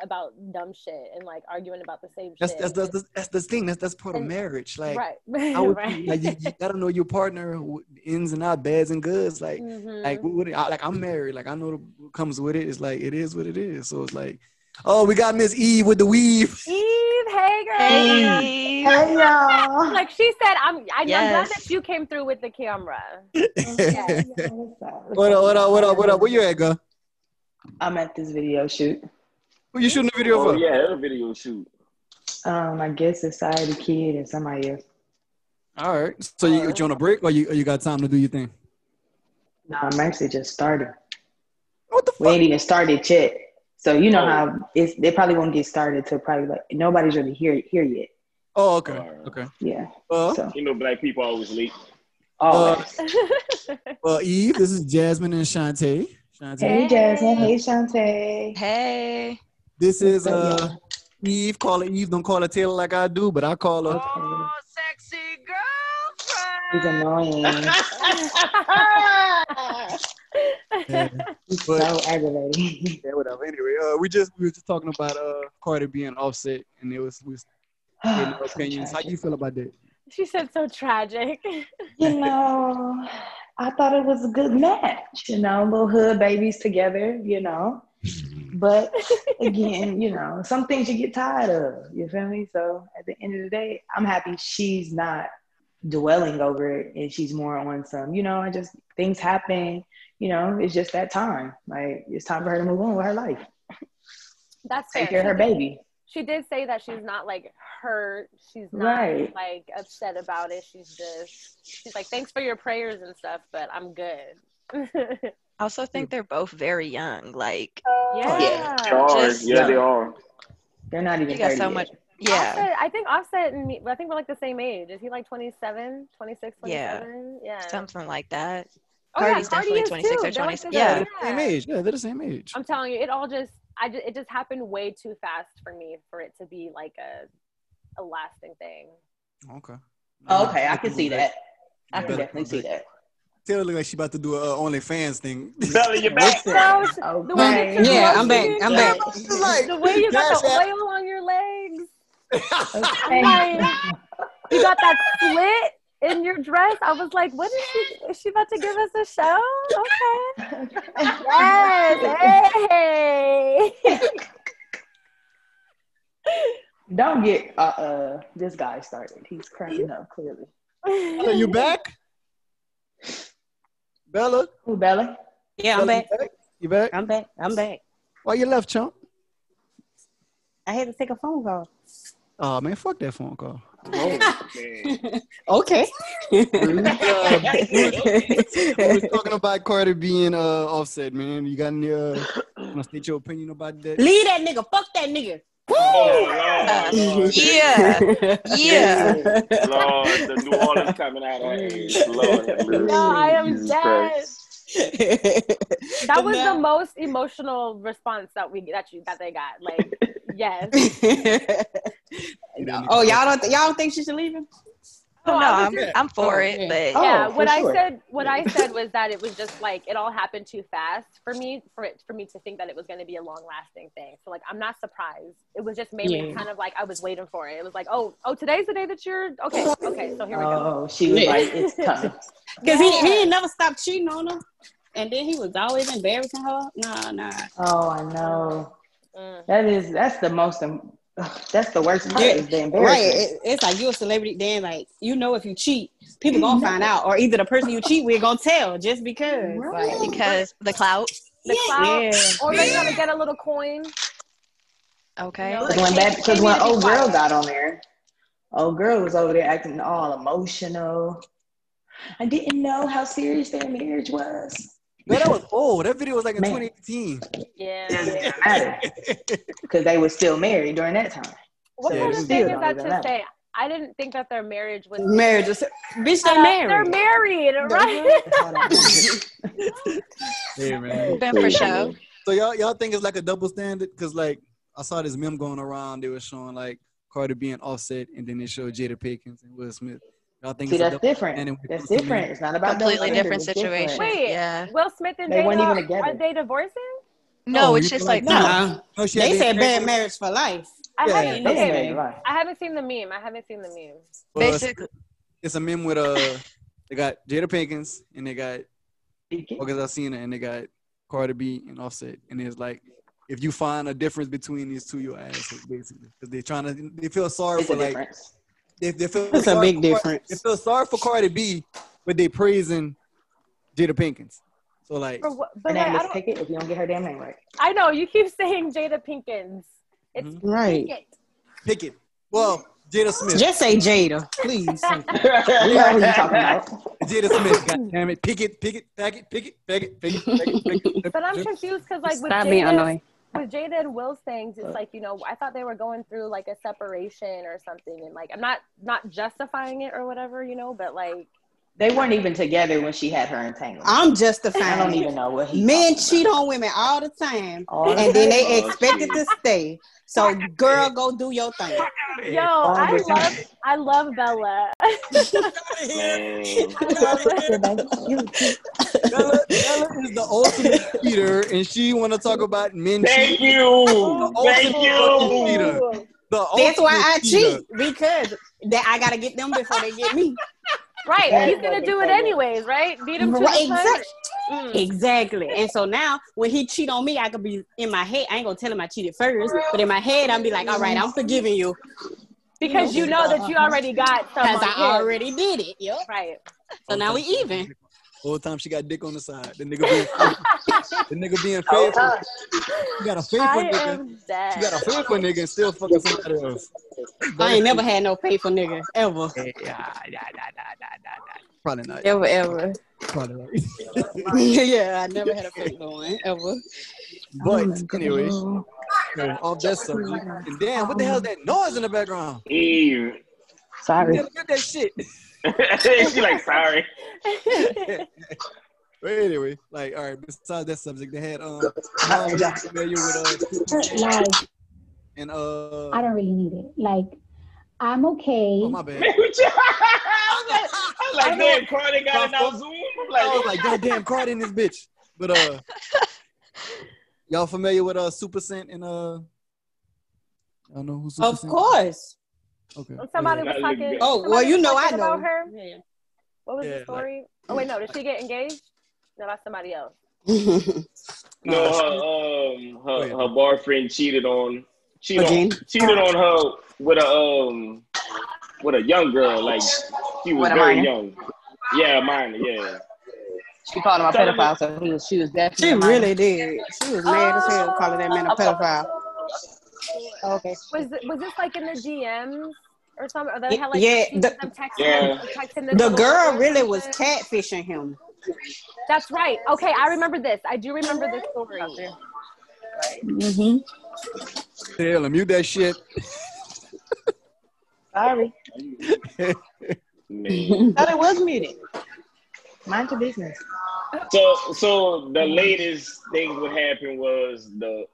[SPEAKER 4] about dumb shit and like arguing about the same
[SPEAKER 3] That's
[SPEAKER 4] shit.
[SPEAKER 3] that's that's that's, that's the thing. That's that's part of
[SPEAKER 4] And-
[SPEAKER 3] marriage. Like
[SPEAKER 4] right.
[SPEAKER 3] I would
[SPEAKER 4] right.
[SPEAKER 3] like you, you gotta know your partner wh- ins and out, bads and goods. Like
[SPEAKER 4] Mhm.
[SPEAKER 3] like what would it, I, like I'm married. Like I know the- what comes with it. It's like it is what it is. So it's like, oh, we got Miss Eve with the weave.
[SPEAKER 4] Eve, hey girl.
[SPEAKER 6] Hey.
[SPEAKER 8] Hey y'all.
[SPEAKER 4] Like she said, I'm. I, I'm glad
[SPEAKER 6] Yes.
[SPEAKER 4] that you came through with the camera.
[SPEAKER 8] Yeah, yeah,
[SPEAKER 3] what
[SPEAKER 8] what's up?
[SPEAKER 3] up? What up? What up? What up? Where you at, girl?
[SPEAKER 8] I'm at this video shoot.
[SPEAKER 3] Who you shooting the video
[SPEAKER 2] Oh
[SPEAKER 3] for?
[SPEAKER 2] yeah, that video shoot.
[SPEAKER 8] Um, I guess it's the Kid and somebody else.
[SPEAKER 3] All right. So
[SPEAKER 4] Uh-huh.
[SPEAKER 3] you, you on a break or you or you got time to do your thing?
[SPEAKER 8] No, I'm actually just starting.
[SPEAKER 3] What the
[SPEAKER 8] We
[SPEAKER 3] fuck?
[SPEAKER 8] ain't even started yet. So you know
[SPEAKER 2] Oh.
[SPEAKER 8] how it's they probably won't get started till probably like nobody's really here here yet.
[SPEAKER 3] Oh, okay.
[SPEAKER 2] All right.
[SPEAKER 3] Okay.
[SPEAKER 8] Yeah.
[SPEAKER 3] Well, uh,
[SPEAKER 8] So
[SPEAKER 2] Uh, You know, black people always leak.
[SPEAKER 8] always.
[SPEAKER 3] well, Eve, this is Jasmine and Shantae. Shantae.
[SPEAKER 8] hey Jasmine. Hey Shantae.
[SPEAKER 6] Hey.
[SPEAKER 3] This is uh Eve. Call her Eve. Don't call her Taylor like I do, but I call her.
[SPEAKER 4] Oh,
[SPEAKER 8] Okay.
[SPEAKER 9] sexy
[SPEAKER 8] He's
[SPEAKER 9] girlfriend.
[SPEAKER 8] annoying.
[SPEAKER 3] Yeah,
[SPEAKER 8] He's
[SPEAKER 3] But-
[SPEAKER 8] so aggravating.
[SPEAKER 3] yeah, whatever. Anyway, uh, we just we were just talking about uh Carter being offset, and it was we was getting our
[SPEAKER 8] So
[SPEAKER 3] opinions. How
[SPEAKER 8] tragic.
[SPEAKER 3] you feel about that?
[SPEAKER 4] She said so tragic.
[SPEAKER 8] you know, I thought it was a good match, you know, little hood babies together, you know. But again, you know, some things you get tired of, you feel me? So at the end of the day, I'm happy she's not dwelling over it and she's more on some, you know, I just things happen, you know, it's just that time. Like it's time for her to move on with her life.
[SPEAKER 4] That's
[SPEAKER 8] Take
[SPEAKER 4] fair.
[SPEAKER 8] care of her baby.
[SPEAKER 4] She did say that she's not like hurt. She's not
[SPEAKER 8] Right.
[SPEAKER 4] like upset about it. She's just she's like thanks for your prayers and stuff, but I'm good.
[SPEAKER 6] I also think they're both very young. Like,
[SPEAKER 4] yeah.
[SPEAKER 2] They are.
[SPEAKER 6] Just-
[SPEAKER 2] yeah, they are.
[SPEAKER 8] They're not even
[SPEAKER 6] You got
[SPEAKER 8] 30
[SPEAKER 6] so
[SPEAKER 8] yet.
[SPEAKER 6] much- yeah.
[SPEAKER 4] Offset, I think Offset and me, I think we're like the same age. Is he like 27, 26,
[SPEAKER 6] Yeah.
[SPEAKER 4] 27? Yeah.
[SPEAKER 6] Something like that.
[SPEAKER 4] Oh, yeah,
[SPEAKER 6] Cardi's
[SPEAKER 4] Cardi
[SPEAKER 6] definitely
[SPEAKER 4] is
[SPEAKER 6] 26
[SPEAKER 4] too.
[SPEAKER 6] or
[SPEAKER 4] They're like the
[SPEAKER 6] 27.
[SPEAKER 3] Yeah,
[SPEAKER 6] Yeah.
[SPEAKER 3] they're the same age. Yeah, they're the same age.
[SPEAKER 4] I'm telling you, it all just I just, it just happened way too fast for me for it to be like a a lasting thing.
[SPEAKER 3] Okay.
[SPEAKER 8] Okay, I can see that. I can
[SPEAKER 3] Better
[SPEAKER 8] definitely see that.
[SPEAKER 3] Taylor look like she about to do a uh, OnlyFans thing.
[SPEAKER 2] Belly, you're back.
[SPEAKER 4] No, it's- The way that
[SPEAKER 8] Okay.
[SPEAKER 4] you
[SPEAKER 11] Oh, Yeah,
[SPEAKER 4] look,
[SPEAKER 11] I'm back.
[SPEAKER 4] you
[SPEAKER 11] I'm
[SPEAKER 4] know,
[SPEAKER 11] back.
[SPEAKER 4] The way you got the
[SPEAKER 3] Cash
[SPEAKER 4] oil on your legs.
[SPEAKER 3] App.
[SPEAKER 4] I'm like, you got that slit in your dress. I was like, what is she? Is she about to give us a show? Okay. Yes. Hey.
[SPEAKER 8] Don't get uh uh this guy started. He's cracking up clearly.
[SPEAKER 3] Bella, you back? Bella,
[SPEAKER 8] Who Bella?
[SPEAKER 11] Yeah,
[SPEAKER 3] Bella,
[SPEAKER 11] I'm back.
[SPEAKER 3] You back? You back?
[SPEAKER 11] I'm back. I'm back.
[SPEAKER 3] Why you left, chump?
[SPEAKER 11] I had to take a phone call.
[SPEAKER 3] Oh man, fuck that phone call.
[SPEAKER 2] Oh, man.
[SPEAKER 11] Okay.
[SPEAKER 3] uh, we was talking about Carter being uh, offset, man. You got any uh, wanna state your opinion about that?
[SPEAKER 11] Leave that nigga. Fuck that nigga.
[SPEAKER 2] Oh, Lord,
[SPEAKER 6] Yeah. Yeah.
[SPEAKER 2] Lord, Lord, the New Orleans coming out of ass. Lord, have mercy.
[SPEAKER 4] No, I am
[SPEAKER 2] Jesus
[SPEAKER 4] dead.
[SPEAKER 2] Christ.
[SPEAKER 4] That was the most emotional response that we that you that they got. Like, yes.
[SPEAKER 11] oh, y'all don't y'all don't think she should leave him?
[SPEAKER 6] Oh, no,
[SPEAKER 4] I
[SPEAKER 6] I'm,
[SPEAKER 4] was
[SPEAKER 6] I'm for
[SPEAKER 11] Oh,
[SPEAKER 6] it,
[SPEAKER 11] yeah.
[SPEAKER 6] but
[SPEAKER 4] yeah,
[SPEAKER 8] Oh,
[SPEAKER 4] what
[SPEAKER 8] for
[SPEAKER 4] I
[SPEAKER 8] sure.
[SPEAKER 4] said what I said was that it was just like it all happened too fast for me for it for me to think that it was going to be a long lasting thing. So like I'm not surprised. It was just mainly
[SPEAKER 11] Yeah.
[SPEAKER 4] kind of like I was waiting for it. It was like, "Oh, oh, today's the day that you're Okay, okay. So here we go."
[SPEAKER 8] Oh, she was like, it's coming.
[SPEAKER 11] Because he, he ain't never stopped cheating on her. And then he was always embarrassing her. Nah, nah.
[SPEAKER 8] Oh, I know.
[SPEAKER 4] Mm.
[SPEAKER 8] That is that's the most um, ugh, that's the worst part
[SPEAKER 11] Yeah,
[SPEAKER 8] is the
[SPEAKER 11] Right.
[SPEAKER 8] embarrassment.
[SPEAKER 11] It, it's like you a celebrity, then like you know if you cheat, people gonna find out. Or either the person you cheat with gonna tell just because.
[SPEAKER 8] Right.
[SPEAKER 11] Like,
[SPEAKER 6] because the clout.
[SPEAKER 4] The cloud
[SPEAKER 11] Yeah.
[SPEAKER 4] or they're going to get a little coin.
[SPEAKER 6] Okay.
[SPEAKER 4] No.
[SPEAKER 8] Because when
[SPEAKER 4] She-
[SPEAKER 8] that
[SPEAKER 4] she
[SPEAKER 8] because when
[SPEAKER 4] needed to be
[SPEAKER 8] old girl
[SPEAKER 4] quiet.
[SPEAKER 8] got on there, old girl was over there acting all emotional. I didn't know how serious their marriage was.
[SPEAKER 3] Man, that was old. That video was like in
[SPEAKER 8] Man.
[SPEAKER 3] 2018.
[SPEAKER 4] Yeah.
[SPEAKER 8] Because they were still married during that time.
[SPEAKER 4] What
[SPEAKER 3] Yeah,
[SPEAKER 4] kind
[SPEAKER 3] it's
[SPEAKER 4] of thing
[SPEAKER 8] still
[SPEAKER 4] is that
[SPEAKER 8] not
[SPEAKER 4] to
[SPEAKER 8] even
[SPEAKER 4] say? I didn't think that their marriage was
[SPEAKER 11] Marriage is bitch,
[SPEAKER 4] Uh,
[SPEAKER 11] they married.
[SPEAKER 4] They're married, right?
[SPEAKER 3] Hey man.
[SPEAKER 6] Been for show.
[SPEAKER 3] So y'all y'all think it's like a double standard? Cause like I saw this meme going around. They were showing like Carter being offset, and then they showed Jada Pinkins and Will Smith. Y'all think
[SPEAKER 8] See,
[SPEAKER 3] it's a
[SPEAKER 8] that's
[SPEAKER 3] double
[SPEAKER 8] different.
[SPEAKER 3] standard when it
[SPEAKER 8] That's
[SPEAKER 3] comes to men?
[SPEAKER 8] different. It's not about double
[SPEAKER 6] Completely
[SPEAKER 8] standards.
[SPEAKER 6] different
[SPEAKER 8] It's different.
[SPEAKER 6] situation.
[SPEAKER 4] Wait,
[SPEAKER 6] yeah.
[SPEAKER 4] Will Smith and
[SPEAKER 8] They
[SPEAKER 4] Jada,
[SPEAKER 8] weren't even together.
[SPEAKER 4] are they divorcing?
[SPEAKER 6] No,
[SPEAKER 4] Oh,
[SPEAKER 3] No,
[SPEAKER 6] it's
[SPEAKER 3] Oh, you
[SPEAKER 6] just
[SPEAKER 3] feel
[SPEAKER 6] like
[SPEAKER 3] like-
[SPEAKER 9] No,
[SPEAKER 3] No, she had
[SPEAKER 9] they
[SPEAKER 3] been
[SPEAKER 9] said
[SPEAKER 3] married
[SPEAKER 9] bad marriage for life.
[SPEAKER 4] I
[SPEAKER 3] Yeah,
[SPEAKER 4] haven't.
[SPEAKER 8] They ain't
[SPEAKER 4] Okay,
[SPEAKER 8] married in life.
[SPEAKER 4] I haven't seen the meme. I haven't seen the meme.
[SPEAKER 3] for us.
[SPEAKER 6] basically
[SPEAKER 3] It's a meme with uh, they got Jada Pinkins and they got August Alsina and they got Carter B and Offset, and it's like. If you find a difference between these two, you're assholes, basically. Because they're trying to, they feel sorry
[SPEAKER 8] It's
[SPEAKER 3] for
[SPEAKER 8] a
[SPEAKER 3] like
[SPEAKER 8] difference.
[SPEAKER 3] they, they feel
[SPEAKER 9] That's a
[SPEAKER 3] sorry
[SPEAKER 9] big
[SPEAKER 3] for Cardi-
[SPEAKER 9] difference.
[SPEAKER 3] They feel sorry for Cardi B, but they praising Jada Pinkins. So like,
[SPEAKER 4] For what?
[SPEAKER 8] Her
[SPEAKER 4] But
[SPEAKER 8] name
[SPEAKER 4] like, I
[SPEAKER 8] is
[SPEAKER 4] don't.
[SPEAKER 8] Pickett if you don't get her damn name right.
[SPEAKER 4] I know you keep saying Jada Pinkins. It's
[SPEAKER 3] Mhm.
[SPEAKER 9] Right.
[SPEAKER 4] Pinkett.
[SPEAKER 3] pick it. Well, Jada Smith.
[SPEAKER 9] Just say Jada, please.
[SPEAKER 8] we know who you're talking about.
[SPEAKER 3] Jada Smith. God damn it. Pick it. Pick it. Pack it. Pick it. Pack it. Pick it. Pack it. Pick it.
[SPEAKER 4] But I'm confused because like with
[SPEAKER 9] Stop being
[SPEAKER 4] Jada,
[SPEAKER 9] annoying.
[SPEAKER 4] with Jada and Will's things, it's like you know I thought they were going through like a separation or something, and like I'm not not justifying it or whatever, you know, but like
[SPEAKER 8] They weren't even together when she had her entanglement.
[SPEAKER 9] I'm
[SPEAKER 8] I don't
[SPEAKER 9] justifying it.
[SPEAKER 8] even know what he.
[SPEAKER 9] Men
[SPEAKER 8] talking
[SPEAKER 9] cheat on women all the time,
[SPEAKER 8] about. All
[SPEAKER 9] and then they
[SPEAKER 2] Oh,
[SPEAKER 9] expected
[SPEAKER 2] shit.
[SPEAKER 9] to stay. So, girl, go do your thing.
[SPEAKER 4] yo, I
[SPEAKER 8] 100%.
[SPEAKER 4] love I love Bella.
[SPEAKER 2] Man.
[SPEAKER 3] Bella, Bella is the ultimate cheater, and she want to talk about men
[SPEAKER 2] Thank
[SPEAKER 3] cheating.
[SPEAKER 2] you. Thank
[SPEAKER 3] fucking
[SPEAKER 2] you.
[SPEAKER 3] cheater. The
[SPEAKER 9] That's why I
[SPEAKER 3] ultimate cheater.
[SPEAKER 9] cheat because that I gotta get them before they get me.
[SPEAKER 4] right,
[SPEAKER 8] That
[SPEAKER 4] he's gonna do it
[SPEAKER 8] motherfucker.
[SPEAKER 4] anyways, right? Beat him to
[SPEAKER 9] Right,
[SPEAKER 4] the punch.
[SPEAKER 9] exactly.
[SPEAKER 4] Mm.
[SPEAKER 9] Exactly. And so now when he cheat on me, I could be in my head. I ain't gonna tell him I cheated first, but in my head I'm be like, all right, I'm forgiving you
[SPEAKER 4] Because you know that you already got some
[SPEAKER 9] because
[SPEAKER 4] on
[SPEAKER 9] I
[SPEAKER 4] him.
[SPEAKER 9] already did it. Yep.
[SPEAKER 4] Right.
[SPEAKER 9] So now we even.
[SPEAKER 3] Whole time she got dick on the side. The nigga being, the nigga being faithful.
[SPEAKER 8] Oh,
[SPEAKER 3] You got a faithful
[SPEAKER 4] I
[SPEAKER 3] nigga.
[SPEAKER 4] am
[SPEAKER 3] She got a
[SPEAKER 4] dead.
[SPEAKER 3] faithful nigga and still fucking somebody else.
[SPEAKER 9] I ain't never had no faithful nigga ever,
[SPEAKER 3] Yeah, yeah, yeah, yeah, yeah, yeah, yeah. Probably not.
[SPEAKER 9] ever, ever.
[SPEAKER 3] Probably not.
[SPEAKER 9] yeah, I never had a faithful one ever.
[SPEAKER 3] but anyway, so off that subject. And damn, what the hell is that noise in the background?
[SPEAKER 2] Eve.
[SPEAKER 8] sorry.
[SPEAKER 3] Get get that shit.
[SPEAKER 2] she like sorry.
[SPEAKER 3] But anyway, like all right. Besides that subject, they had um Mars familiar with uh
[SPEAKER 10] Like,
[SPEAKER 3] and uh.
[SPEAKER 10] I don't really need it. Like, I'm okay.
[SPEAKER 3] Oh my bad.
[SPEAKER 2] Man, what you- I was like, I was like, damn, Cardi got it out Zoom. I'm
[SPEAKER 3] I
[SPEAKER 8] Oh,
[SPEAKER 3] was
[SPEAKER 2] like,
[SPEAKER 3] like, goddamn, card in this bitch. But uh, y'all familiar with uh Super Scent and uh? I don't know who Super
[SPEAKER 9] Of
[SPEAKER 3] Scent-
[SPEAKER 9] course.
[SPEAKER 3] Okay.
[SPEAKER 4] Mm. Somebody
[SPEAKER 2] Yeah.
[SPEAKER 4] was talking.
[SPEAKER 9] Oh, well,
[SPEAKER 4] somebody
[SPEAKER 9] you
[SPEAKER 4] was
[SPEAKER 9] know
[SPEAKER 4] talking
[SPEAKER 9] I know.
[SPEAKER 4] about her. What was
[SPEAKER 3] Yeah,
[SPEAKER 4] the
[SPEAKER 3] like-
[SPEAKER 4] story? oh wait, no, did she get engaged? No, that's somebody else.
[SPEAKER 2] no, her, um, her,
[SPEAKER 3] Wait.
[SPEAKER 2] her boyfriend cheated on cheated
[SPEAKER 9] Again?
[SPEAKER 2] on, cheated on her with a um with a young girl. Like she was
[SPEAKER 8] With a
[SPEAKER 2] very
[SPEAKER 8] minor.
[SPEAKER 2] young. Yeah, minor. Yeah.
[SPEAKER 8] She called him a pedophile, so he was. She was definitely.
[SPEAKER 9] she
[SPEAKER 8] a minor.
[SPEAKER 9] really did. She was mad as hell calling that
[SPEAKER 4] Uh,
[SPEAKER 9] man a pedophile. Okay.
[SPEAKER 4] Was it- was this like in the DMs or something? Or they had like
[SPEAKER 9] Yeah,
[SPEAKER 4] she was
[SPEAKER 9] the-
[SPEAKER 4] them texting,
[SPEAKER 2] Yeah.
[SPEAKER 4] texting
[SPEAKER 9] The girl
[SPEAKER 4] or
[SPEAKER 9] really was
[SPEAKER 4] something?
[SPEAKER 9] catfishing him.
[SPEAKER 4] That's right. Okay, I remember this. I do remember this story.
[SPEAKER 9] Mm-hmm.
[SPEAKER 3] Taylor, Mm-hmm. mute that shit.
[SPEAKER 8] Sorry.
[SPEAKER 2] Man.
[SPEAKER 9] Thought it was muted.
[SPEAKER 8] Mind your business.
[SPEAKER 2] so so the latest thing what happened was the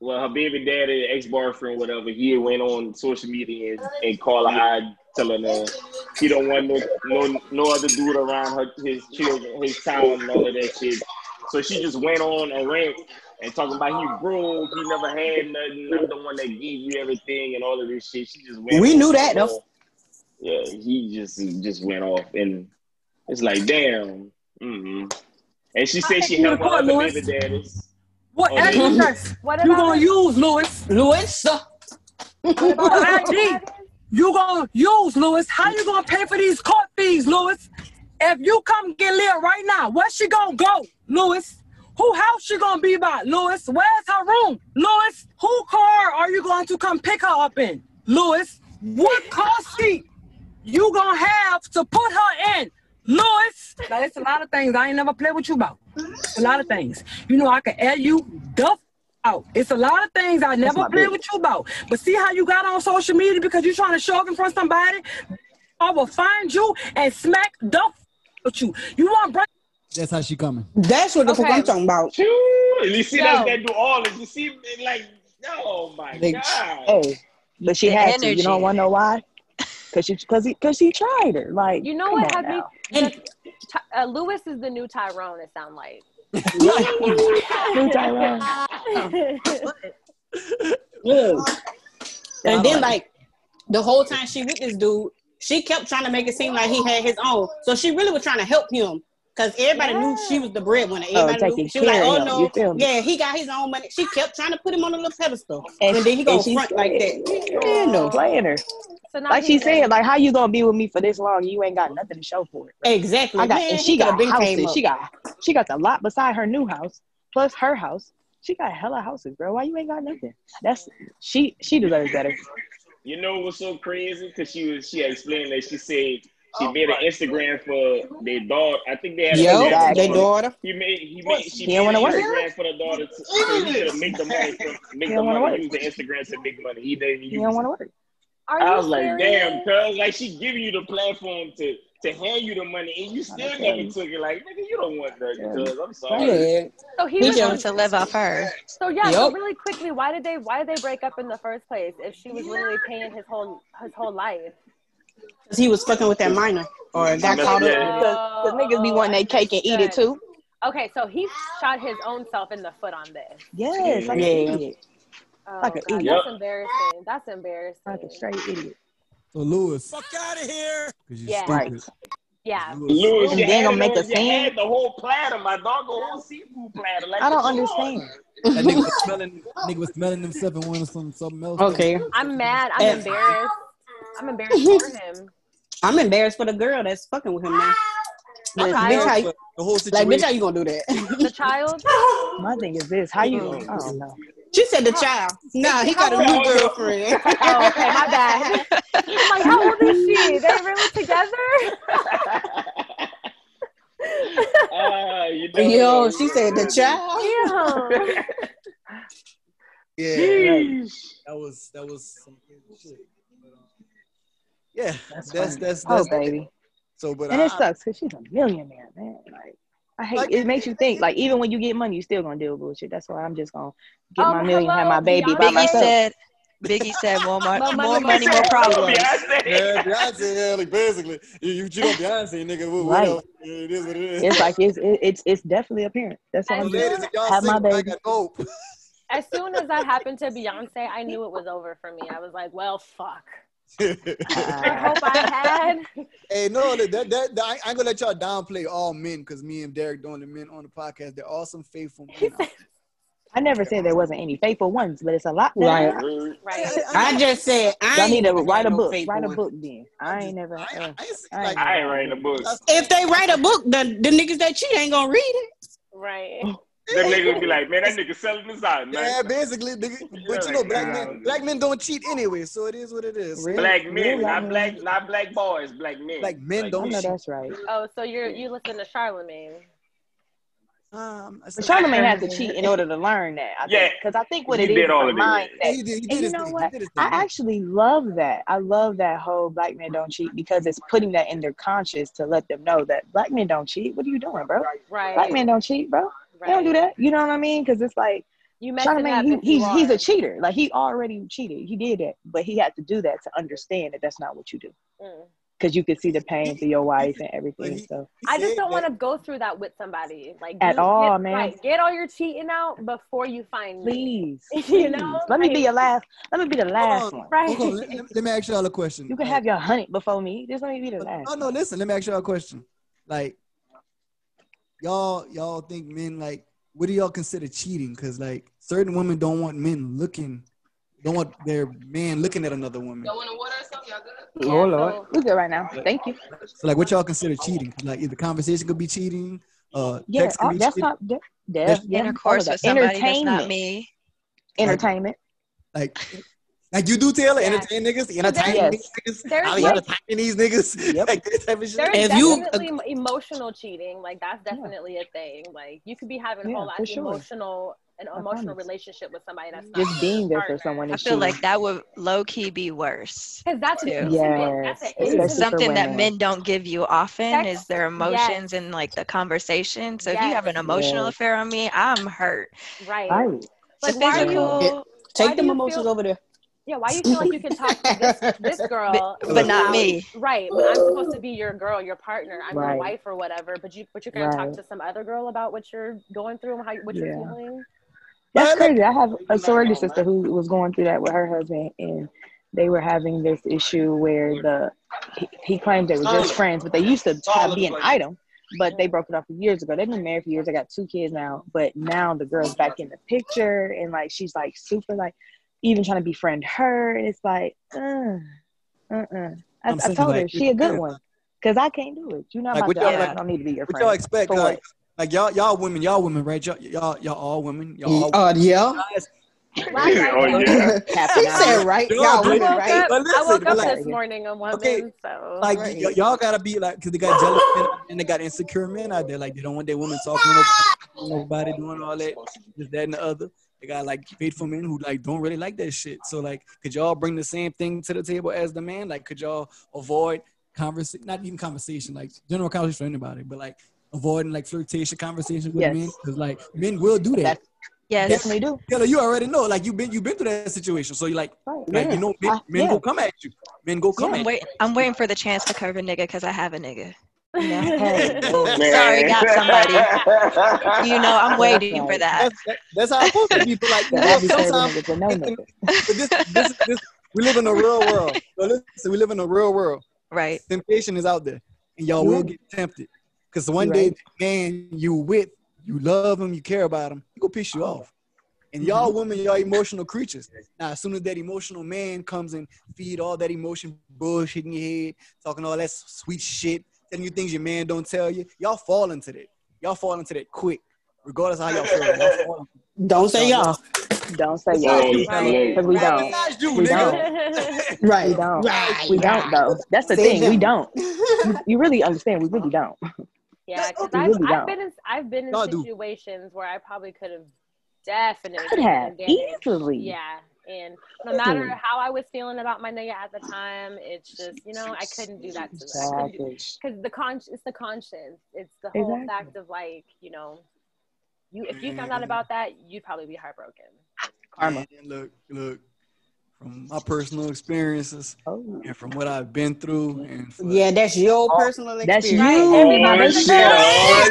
[SPEAKER 2] well her baby daddy ex boyfriend whatever he went on social media and, and called her out telling her he don't want no no no other dude around her his children his town and all of that shit. So she just went on a rant and talking about he broke, he never had nothing. I'm the one that gave you everything and all of this shit. She just went.
[SPEAKER 9] We
[SPEAKER 2] on
[SPEAKER 9] knew
[SPEAKER 2] for
[SPEAKER 9] that,
[SPEAKER 2] more.
[SPEAKER 9] though.
[SPEAKER 2] Yeah, he just he just went off, and it's like damn. Mm-hmm. And she said she
[SPEAKER 9] you
[SPEAKER 2] helped her
[SPEAKER 9] record,
[SPEAKER 2] other
[SPEAKER 9] Louis.
[SPEAKER 2] baby daddies.
[SPEAKER 9] What
[SPEAKER 2] Oh, there you
[SPEAKER 4] What
[SPEAKER 9] you
[SPEAKER 4] about
[SPEAKER 9] gonna use, Lewis? Lewis,
[SPEAKER 4] what about
[SPEAKER 9] what
[SPEAKER 4] her
[SPEAKER 9] I did?
[SPEAKER 4] daddy?
[SPEAKER 9] you gonna use, Lewis? How you gonna pay for these court fees, Lewis? If you come get Leah right now, where she gonna go, Lewis? Who house she gonna be by, Lewis? Where's her room, Lewis? Who car are you going to come pick her up in, Lewis? What car seat you gonna have to put her in, Lewis? Now it's a lot of things I ain't never played with you about. A lot of things. You know I can add you duff out. It's a lot of things I never
[SPEAKER 8] my
[SPEAKER 9] played
[SPEAKER 8] bitch.
[SPEAKER 9] with you about. But see how you got on social media because you're trying to show up in front of somebody. I will find you and smack duff with you. You want break?
[SPEAKER 3] That's how she coming.
[SPEAKER 9] That's what the fuck
[SPEAKER 4] Okay.
[SPEAKER 9] I'm talking about.
[SPEAKER 2] Choo! You see
[SPEAKER 4] Yo.
[SPEAKER 2] that's that do all this. You see, like, oh my
[SPEAKER 9] They-
[SPEAKER 2] god.
[SPEAKER 8] Hey, But she
[SPEAKER 6] The
[SPEAKER 8] had to. You don't
[SPEAKER 6] energy.
[SPEAKER 8] want to know why? Because she, cause he, cause he tried her. Like
[SPEAKER 4] You know
[SPEAKER 8] come
[SPEAKER 4] what
[SPEAKER 8] on
[SPEAKER 4] had me?
[SPEAKER 8] now.
[SPEAKER 4] Ty- uh, Lewis is the new Tyrone. It sound like.
[SPEAKER 8] Lou Tyrone.
[SPEAKER 11] And
[SPEAKER 8] That's
[SPEAKER 11] then
[SPEAKER 8] right.
[SPEAKER 11] like the whole time she with this dude, she kept trying to make it seem like he had his own. So she really was trying to help him. Cause everybody knew she was the breadwinner. Everybody
[SPEAKER 8] taking
[SPEAKER 11] knew she was like,
[SPEAKER 8] care of
[SPEAKER 11] "Oh
[SPEAKER 8] him, you feel
[SPEAKER 11] no,
[SPEAKER 8] me?
[SPEAKER 11] yeah, he got his own money." She kept trying to put him on a little pedestal,
[SPEAKER 8] And
[SPEAKER 11] and, then he go
[SPEAKER 8] and she's
[SPEAKER 11] front like that.
[SPEAKER 8] playing her. Playing her.
[SPEAKER 4] So now
[SPEAKER 8] Like she
[SPEAKER 4] he
[SPEAKER 8] said,
[SPEAKER 4] said,
[SPEAKER 8] like how you gonna be with me for this long? You ain't got nothing to show for it.
[SPEAKER 11] Exactly.
[SPEAKER 8] I got
[SPEAKER 11] Man,
[SPEAKER 8] and
[SPEAKER 11] he
[SPEAKER 8] she
[SPEAKER 11] coulda
[SPEAKER 8] got
[SPEAKER 11] been came
[SPEAKER 8] houses.
[SPEAKER 11] up.
[SPEAKER 8] She got she got the lot beside her new house plus her house. She got hella houses, bro. Why you ain't got nothing? That's she she deserves better.
[SPEAKER 2] You know what's so crazy? Because she was she explained that she said
[SPEAKER 4] Oh
[SPEAKER 2] she made an Instagram for their daughter. I think they had
[SPEAKER 8] Yup,
[SPEAKER 11] Yo,
[SPEAKER 2] an Instagram for
[SPEAKER 11] their
[SPEAKER 8] Exactly.
[SPEAKER 2] the daughter.
[SPEAKER 11] daughter.
[SPEAKER 2] He made he made she
[SPEAKER 8] He don't
[SPEAKER 2] made
[SPEAKER 8] wanna
[SPEAKER 2] an
[SPEAKER 8] work.
[SPEAKER 2] Instagram for the daughter to, so he could make the money from
[SPEAKER 8] He
[SPEAKER 2] make the
[SPEAKER 8] don't wanna
[SPEAKER 2] money.
[SPEAKER 8] work.
[SPEAKER 2] Use the Instagram to make money. He didn't
[SPEAKER 8] He
[SPEAKER 2] use
[SPEAKER 8] don't
[SPEAKER 2] it.
[SPEAKER 8] wanna work.
[SPEAKER 4] "Are
[SPEAKER 2] I
[SPEAKER 4] you
[SPEAKER 2] was like, damn,
[SPEAKER 4] serious?"
[SPEAKER 2] cuz like she giving you the platform to to hand you the money and you
[SPEAKER 8] I
[SPEAKER 2] still
[SPEAKER 8] tell
[SPEAKER 2] never
[SPEAKER 8] you.
[SPEAKER 2] took it. Like, nigga, you don't want nothing,
[SPEAKER 8] Yeah.
[SPEAKER 2] cuz I'm sorry.
[SPEAKER 8] Right.
[SPEAKER 11] Yeah.
[SPEAKER 4] So
[SPEAKER 11] He
[SPEAKER 4] he was
[SPEAKER 6] He
[SPEAKER 11] just-
[SPEAKER 4] on.
[SPEAKER 6] wanted to live off her.
[SPEAKER 4] So yeah. So
[SPEAKER 11] Yup.
[SPEAKER 4] really quickly, why did they? Why did they break up in the first place? If she was literally paying his whole his whole life.
[SPEAKER 11] Cause he was fucking with that minor or got
[SPEAKER 2] Yeah.
[SPEAKER 11] caught up.
[SPEAKER 2] Yeah.
[SPEAKER 8] Because
[SPEAKER 4] Oh,
[SPEAKER 8] cause niggas be
[SPEAKER 4] oh,
[SPEAKER 8] wanting
[SPEAKER 4] I
[SPEAKER 8] their cake and eat it
[SPEAKER 4] understood.
[SPEAKER 8] too.
[SPEAKER 4] Okay, so he shot his own self in the foot on this.
[SPEAKER 8] Yes, like an
[SPEAKER 11] Yeah.
[SPEAKER 8] idiot. Like an
[SPEAKER 4] Oh God,
[SPEAKER 8] idiot.
[SPEAKER 4] that's embarrassing. That's
[SPEAKER 8] Like a
[SPEAKER 4] embarrassing.
[SPEAKER 8] straight idiot.
[SPEAKER 3] So Lewis,
[SPEAKER 9] Fuck out of here.
[SPEAKER 3] because you
[SPEAKER 4] Yeah.
[SPEAKER 8] Right.
[SPEAKER 3] stupid.
[SPEAKER 4] Yeah.
[SPEAKER 3] Lewis.
[SPEAKER 2] Lewis,
[SPEAKER 8] And
[SPEAKER 2] you
[SPEAKER 8] then
[SPEAKER 2] had
[SPEAKER 8] gonna
[SPEAKER 2] it
[SPEAKER 8] make a
[SPEAKER 2] on, you
[SPEAKER 8] scene.
[SPEAKER 2] had the whole platter, my dog, the whole seafood platter. Like,
[SPEAKER 8] I don't
[SPEAKER 2] come on.
[SPEAKER 8] understand.
[SPEAKER 3] That nigga was smelling nigga was smelling himself and wanting some something else. that was-
[SPEAKER 11] Okay.
[SPEAKER 4] I'm mad. I'm
[SPEAKER 11] And-
[SPEAKER 4] embarrassed. I'm embarrassed for him.
[SPEAKER 11] I'm embarrassed for the girl that's fucking with him now.
[SPEAKER 4] The
[SPEAKER 11] Like, bitch,
[SPEAKER 4] child.
[SPEAKER 11] how you,
[SPEAKER 3] The whole
[SPEAKER 11] like, bitch, how
[SPEAKER 3] situation.
[SPEAKER 11] you gonna do
[SPEAKER 4] The
[SPEAKER 11] that?
[SPEAKER 4] child.
[SPEAKER 8] My thing is this: how you?
[SPEAKER 11] Mm-mm.
[SPEAKER 8] I don't know.
[SPEAKER 11] She said the child. Nah, he got a new
[SPEAKER 2] How old-
[SPEAKER 11] girlfriend.
[SPEAKER 4] Oh, okay, my bad. I'm like, how old is she? They really together?
[SPEAKER 2] Ah, you never
[SPEAKER 11] Yo,
[SPEAKER 2] know.
[SPEAKER 11] she said the child.
[SPEAKER 4] Damn.
[SPEAKER 3] Yeah, that,
[SPEAKER 2] Jeez.
[SPEAKER 3] that was that was some crazy shit. But, um, yeah,
[SPEAKER 8] That's
[SPEAKER 3] that's
[SPEAKER 8] funny.
[SPEAKER 3] that's
[SPEAKER 8] Oh,
[SPEAKER 3] that's
[SPEAKER 8] baby.
[SPEAKER 3] so. But
[SPEAKER 8] And it
[SPEAKER 3] I,
[SPEAKER 8] sucks because she's a millionaire, man. Like, I hate
[SPEAKER 3] Like-
[SPEAKER 8] it. Makes you think. Like, even when you get money, you still gonna deal with bullshit. That's why I'm just gonna get my
[SPEAKER 4] Um,
[SPEAKER 8] million, have
[SPEAKER 4] hello,
[SPEAKER 8] my baby by
[SPEAKER 6] Biggie
[SPEAKER 8] myself.
[SPEAKER 4] Beyonce.
[SPEAKER 6] said, Biggie said, more,
[SPEAKER 4] My
[SPEAKER 6] mo-
[SPEAKER 4] money,
[SPEAKER 6] more
[SPEAKER 4] my
[SPEAKER 6] money, more
[SPEAKER 4] problems.
[SPEAKER 2] Hello,
[SPEAKER 6] problems.
[SPEAKER 3] yeah,
[SPEAKER 2] Beyonce.
[SPEAKER 3] Beyonce, yeah, like basically, you, you cheat on Beyonce, nigga. What, what
[SPEAKER 8] Right.
[SPEAKER 3] else? It is what it is.
[SPEAKER 8] It's like it's it, it's it's definitely apparent. That's why
[SPEAKER 4] As
[SPEAKER 3] So
[SPEAKER 8] I'm just
[SPEAKER 3] ladies,
[SPEAKER 4] soon
[SPEAKER 3] if y'all
[SPEAKER 8] have my
[SPEAKER 3] single, I
[SPEAKER 8] baby.
[SPEAKER 3] got hope.
[SPEAKER 4] as soon as that happened to Beyonce, I knew it was over for me. I was like, well, fuck. The
[SPEAKER 8] Uh,
[SPEAKER 4] hope I had.
[SPEAKER 3] Hey, no, that, that, that, I ain't gonna let y'all downplay all men because me and Derek doing the men on the podcast. They're all some faithful men. out
[SPEAKER 8] I never said there wasn't any faithful ones, but it's a lot that
[SPEAKER 11] Right.
[SPEAKER 8] are.
[SPEAKER 2] Rude.
[SPEAKER 4] Right.
[SPEAKER 11] I just said I
[SPEAKER 8] Y'all
[SPEAKER 11] ain't
[SPEAKER 8] need to
[SPEAKER 11] never
[SPEAKER 8] write
[SPEAKER 11] had
[SPEAKER 8] a
[SPEAKER 11] no
[SPEAKER 8] book.
[SPEAKER 11] faith
[SPEAKER 8] Write a
[SPEAKER 11] one.
[SPEAKER 8] book then. I ain't never.
[SPEAKER 3] I,
[SPEAKER 8] Uh,
[SPEAKER 3] I ain't seen
[SPEAKER 8] I ain't
[SPEAKER 3] like
[SPEAKER 8] never.
[SPEAKER 2] I ain't
[SPEAKER 8] write
[SPEAKER 2] writing
[SPEAKER 8] a
[SPEAKER 2] a
[SPEAKER 8] book.
[SPEAKER 2] book.
[SPEAKER 11] If they write a book, the, the niggas that cheat ain't gonna read it.
[SPEAKER 4] Right.
[SPEAKER 2] Them niggas would be like, man, that nigga selling this out, man.
[SPEAKER 3] yeah, basically, nigga,
[SPEAKER 2] Yeah,
[SPEAKER 3] but you know,
[SPEAKER 2] like,
[SPEAKER 3] black
[SPEAKER 2] nah,
[SPEAKER 3] men, black men don't cheat anyway, so it is what it is. So,
[SPEAKER 2] Black
[SPEAKER 8] Real
[SPEAKER 2] men,
[SPEAKER 8] black
[SPEAKER 2] not black,
[SPEAKER 8] men.
[SPEAKER 2] not black boys, black men.
[SPEAKER 3] Like men
[SPEAKER 8] I
[SPEAKER 3] don't
[SPEAKER 8] know
[SPEAKER 3] cheat.
[SPEAKER 8] that's right.
[SPEAKER 4] Oh, so you're you listen to Charlemagne.
[SPEAKER 3] Um, I
[SPEAKER 8] But
[SPEAKER 3] said,
[SPEAKER 8] Charlemagne had to cheat in order to learn that. I
[SPEAKER 2] Yeah.
[SPEAKER 8] think because I think what
[SPEAKER 2] He
[SPEAKER 8] it
[SPEAKER 2] did
[SPEAKER 8] is
[SPEAKER 2] all
[SPEAKER 8] a
[SPEAKER 2] of it.
[SPEAKER 8] mindset.
[SPEAKER 3] yeah, he did, he
[SPEAKER 8] And
[SPEAKER 3] did
[SPEAKER 8] you
[SPEAKER 3] his
[SPEAKER 8] know
[SPEAKER 3] thing. He
[SPEAKER 8] what?
[SPEAKER 3] did his
[SPEAKER 8] I
[SPEAKER 3] thing. Yeah.
[SPEAKER 8] actually love that. I love that whole black men don't cheat because it's putting that in their conscience to let them know that black men don't cheat. What are you doing, bro? Black
[SPEAKER 4] Right.
[SPEAKER 8] men don't cheat, bro. They don't do
[SPEAKER 4] Right.
[SPEAKER 8] that. You know what I mean? Because it's like
[SPEAKER 4] You messing up
[SPEAKER 8] Charlemagne,
[SPEAKER 4] if
[SPEAKER 8] he,
[SPEAKER 4] you
[SPEAKER 8] he's he's a
[SPEAKER 4] are.
[SPEAKER 8] cheater. Like he already cheated. He did that, but he had to do that to understand that that's not what you do.
[SPEAKER 4] Mm.
[SPEAKER 8] Because you could see the pain through your
[SPEAKER 3] He-
[SPEAKER 8] wife and
[SPEAKER 3] But
[SPEAKER 8] everything.
[SPEAKER 3] he,
[SPEAKER 8] So
[SPEAKER 3] he
[SPEAKER 4] I just
[SPEAKER 3] said
[SPEAKER 4] don't want
[SPEAKER 3] that.
[SPEAKER 4] to go through that with somebody. Like
[SPEAKER 8] at
[SPEAKER 4] do
[SPEAKER 8] all,
[SPEAKER 4] get
[SPEAKER 8] man.
[SPEAKER 4] right, get all your cheating out before you find me.
[SPEAKER 8] Please,
[SPEAKER 4] You
[SPEAKER 8] please.
[SPEAKER 4] know,
[SPEAKER 8] Let me be
[SPEAKER 4] like
[SPEAKER 8] your last. Let me be the
[SPEAKER 3] Hold
[SPEAKER 8] last
[SPEAKER 3] on,
[SPEAKER 8] one.
[SPEAKER 4] right.
[SPEAKER 3] hold on. Let, let- let me ask y'all a question.
[SPEAKER 8] You can
[SPEAKER 3] Like,
[SPEAKER 8] have your hunt before me. Just let me be the
[SPEAKER 3] But
[SPEAKER 8] last
[SPEAKER 3] Oh, no, no,
[SPEAKER 8] one.
[SPEAKER 3] listen. Let me ask y'all a question. Like, y'all, y'all think men like what do y'all consider cheating? Because like certain women don't want men looking, don't want their man looking at another woman.
[SPEAKER 4] Yeah,
[SPEAKER 8] Oh Lord,
[SPEAKER 4] so
[SPEAKER 8] we good right now. Thank you.
[SPEAKER 3] So like, what y'all consider cheating? Like, either conversation could be cheating, uh,
[SPEAKER 8] Yeah,
[SPEAKER 3] sex could
[SPEAKER 8] oh,
[SPEAKER 3] be
[SPEAKER 8] that's
[SPEAKER 3] cheating.
[SPEAKER 8] not. that- Yeah,
[SPEAKER 3] That's-
[SPEAKER 8] yeah, all of
[SPEAKER 6] Intercourse
[SPEAKER 8] that.
[SPEAKER 6] with somebody that's not
[SPEAKER 8] Entertainment,
[SPEAKER 6] me.
[SPEAKER 3] Like,
[SPEAKER 8] entertainment.
[SPEAKER 3] like, like you do, Taylor.
[SPEAKER 4] Yeah.
[SPEAKER 3] Entertain niggas,
[SPEAKER 4] So there's-
[SPEAKER 3] entertain these
[SPEAKER 8] Yes.
[SPEAKER 3] niggas.
[SPEAKER 4] there's
[SPEAKER 3] I be
[SPEAKER 4] like
[SPEAKER 3] entertaining these niggas.
[SPEAKER 8] Yep.
[SPEAKER 3] Like this type of shit.
[SPEAKER 4] there's
[SPEAKER 11] If you
[SPEAKER 4] definitely m- emotional cheating. Like that's definitely a thing. Like you could be having a
[SPEAKER 8] Yeah,
[SPEAKER 4] whole ass
[SPEAKER 8] for sure.
[SPEAKER 4] emotional an
[SPEAKER 8] I
[SPEAKER 4] emotional
[SPEAKER 8] promise.
[SPEAKER 4] relationship with somebody that's not
[SPEAKER 8] Just
[SPEAKER 4] your
[SPEAKER 8] being there for
[SPEAKER 4] partner.
[SPEAKER 8] someone
[SPEAKER 6] I
[SPEAKER 8] is
[SPEAKER 6] feel like
[SPEAKER 8] cheating.
[SPEAKER 6] that would low key be worse
[SPEAKER 4] Because that's an
[SPEAKER 6] too.
[SPEAKER 4] intimate. That's an
[SPEAKER 8] Yes, especially
[SPEAKER 4] intimate.
[SPEAKER 8] for
[SPEAKER 6] Something that
[SPEAKER 8] women.
[SPEAKER 6] men don't give you often
[SPEAKER 4] Sex.
[SPEAKER 6] is their
[SPEAKER 4] Yes.
[SPEAKER 6] emotions and like the conversation. So if you
[SPEAKER 4] Yes.
[SPEAKER 6] have an emotional
[SPEAKER 8] Yes,
[SPEAKER 6] affair on me, I'm hurt.
[SPEAKER 4] Right.
[SPEAKER 8] right.
[SPEAKER 6] The
[SPEAKER 4] Like why are
[SPEAKER 8] Yeah.
[SPEAKER 4] you
[SPEAKER 6] physical,
[SPEAKER 4] why
[SPEAKER 11] take
[SPEAKER 4] do
[SPEAKER 11] the
[SPEAKER 4] you
[SPEAKER 11] mimosas
[SPEAKER 4] feel
[SPEAKER 11] over there.
[SPEAKER 4] Yeah, why you feel like you can talk to this, this girl,
[SPEAKER 6] But- but
[SPEAKER 4] without-
[SPEAKER 6] not me.
[SPEAKER 4] Right, but I'm supposed to be your girl, your partner. I'm
[SPEAKER 6] Right.
[SPEAKER 4] your wife or whatever. But you, but you're gonna
[SPEAKER 8] Right.
[SPEAKER 4] talk to some other girl about what you're going through and how you, what you're
[SPEAKER 8] Yeah.
[SPEAKER 4] feeling.
[SPEAKER 8] That's crazy. I have a sorority sister who was going through that with her husband, and they were having this issue where the he, he claimed they were just friends, but they used to have, be an item. But they broke it off years ago. They've been married for years. They got two kids now, but now the girl's back in the picture, and like she's like super like even trying to befriend her, and it's like, uh, uh-uh. I,
[SPEAKER 3] I'm
[SPEAKER 8] I
[SPEAKER 3] saying,
[SPEAKER 8] told her
[SPEAKER 3] like,
[SPEAKER 8] she a good
[SPEAKER 3] yeah.
[SPEAKER 8] one, cause I can't do it. You're not
[SPEAKER 3] Like,
[SPEAKER 8] my
[SPEAKER 3] what
[SPEAKER 8] girl.
[SPEAKER 3] y'all-
[SPEAKER 8] I don't need to be your
[SPEAKER 3] What
[SPEAKER 8] friend.
[SPEAKER 3] y'all expect?
[SPEAKER 8] For
[SPEAKER 3] Like,
[SPEAKER 8] what?
[SPEAKER 3] like y'all, y'all women, y'all women, right? Y'all, y'all, y'all all women. Y'all. All
[SPEAKER 12] Uh, yeah.
[SPEAKER 3] Oh,
[SPEAKER 12] yeah.
[SPEAKER 3] She
[SPEAKER 12] said, right? Y'all
[SPEAKER 4] I woke
[SPEAKER 12] women,
[SPEAKER 4] up.
[SPEAKER 12] right?
[SPEAKER 4] I
[SPEAKER 3] But listen,
[SPEAKER 4] woke
[SPEAKER 3] but
[SPEAKER 4] up
[SPEAKER 3] like-
[SPEAKER 4] this morning a woman. so
[SPEAKER 3] Like y- y'all gotta be like, cause they got jealous men out there and they got insecure men out there. Like they don't want their women talking to nobody, nobody doing all that, just that and the other. They got like faithful men who like don't really like that shit. So like, could y'all bring the same thing to the table as the man? Like, could y'all avoid conversation? Not even conversation, like general conversation for anybody, but like avoiding like flirtation conversations with
[SPEAKER 8] Yes.
[SPEAKER 3] men, cause like men will do that.
[SPEAKER 6] Yes.
[SPEAKER 8] Definitely do.
[SPEAKER 3] Taylor, you already know. Like you've been you've been through that situation. So you like, like you know, men,
[SPEAKER 6] I-
[SPEAKER 3] men
[SPEAKER 6] yeah.
[SPEAKER 3] go come at you. Men go come
[SPEAKER 6] I'm,
[SPEAKER 3] at
[SPEAKER 6] wait, I'm waiting for the chance to curve a nigga because I have a nigga. You know?
[SPEAKER 3] Hey.
[SPEAKER 6] Sorry, got somebody. You know, I'm waiting for that.
[SPEAKER 3] That's, that's how I'm supposed to be. But like, you
[SPEAKER 6] That
[SPEAKER 3] know,
[SPEAKER 6] I be
[SPEAKER 3] sometimes
[SPEAKER 6] serving
[SPEAKER 8] niggas and no
[SPEAKER 3] listen, but this, this, is- this, we live in a real world. So listen, we live in a real world.
[SPEAKER 6] Right.
[SPEAKER 3] Temptation is out there, and y'all
[SPEAKER 6] You
[SPEAKER 3] will
[SPEAKER 6] right.
[SPEAKER 3] get tempted. Because one
[SPEAKER 6] You
[SPEAKER 3] day,
[SPEAKER 6] right.
[SPEAKER 3] the man you with, you love him, you care about him, he gonna piss you off. And y'all
[SPEAKER 6] Mm-hmm.
[SPEAKER 3] women, y'all emotional creatures. Now, as soon as that emotional man comes and feed all that emotion bullshit in your head, talking all that s- sweet shit, telling you things your man don't tell you, y'all fall into that. Y'all fall into that quick, regardless of how y'all feel. Y'all fall into
[SPEAKER 11] Don't say y'all.
[SPEAKER 8] Don't say
[SPEAKER 3] Besides
[SPEAKER 8] y'all.
[SPEAKER 3] you,
[SPEAKER 8] Right.
[SPEAKER 3] fella.
[SPEAKER 8] Because we
[SPEAKER 3] Right.
[SPEAKER 8] don't.
[SPEAKER 3] Besides you,
[SPEAKER 8] we
[SPEAKER 3] nigga.
[SPEAKER 8] don't. We don't.
[SPEAKER 11] Right.
[SPEAKER 8] We don't, though. That's the
[SPEAKER 11] Say
[SPEAKER 8] thing. We
[SPEAKER 11] him.
[SPEAKER 8] don't. You, you really understand. We really don't.
[SPEAKER 4] Yeah, because
[SPEAKER 8] You
[SPEAKER 4] I've,
[SPEAKER 8] really
[SPEAKER 4] I've
[SPEAKER 8] don't.
[SPEAKER 4] been in I've been in
[SPEAKER 8] Y'all do.
[SPEAKER 4] situations where I probably could have definitely
[SPEAKER 8] Could have.
[SPEAKER 4] been getting-
[SPEAKER 8] Easily.
[SPEAKER 4] Yeah, and no matter
[SPEAKER 8] Easily.
[SPEAKER 4] how I was feeling about my nigga at the time, it's just you know I couldn't do that to them because the con it's the conscience, it's the whole
[SPEAKER 8] Exactly.
[SPEAKER 4] fact of like you know, you if you
[SPEAKER 3] Mm-hmm.
[SPEAKER 4] found out about that, you'd probably be heartbroken.
[SPEAKER 3] Karma. look, look. From my personal experiences and from what I've been through, and for-
[SPEAKER 11] Oh. Yeah, that's your
[SPEAKER 3] Oh,
[SPEAKER 11] personal
[SPEAKER 3] that's
[SPEAKER 11] experience.
[SPEAKER 3] you. Right.
[SPEAKER 11] Everybody's
[SPEAKER 3] Oh, shit.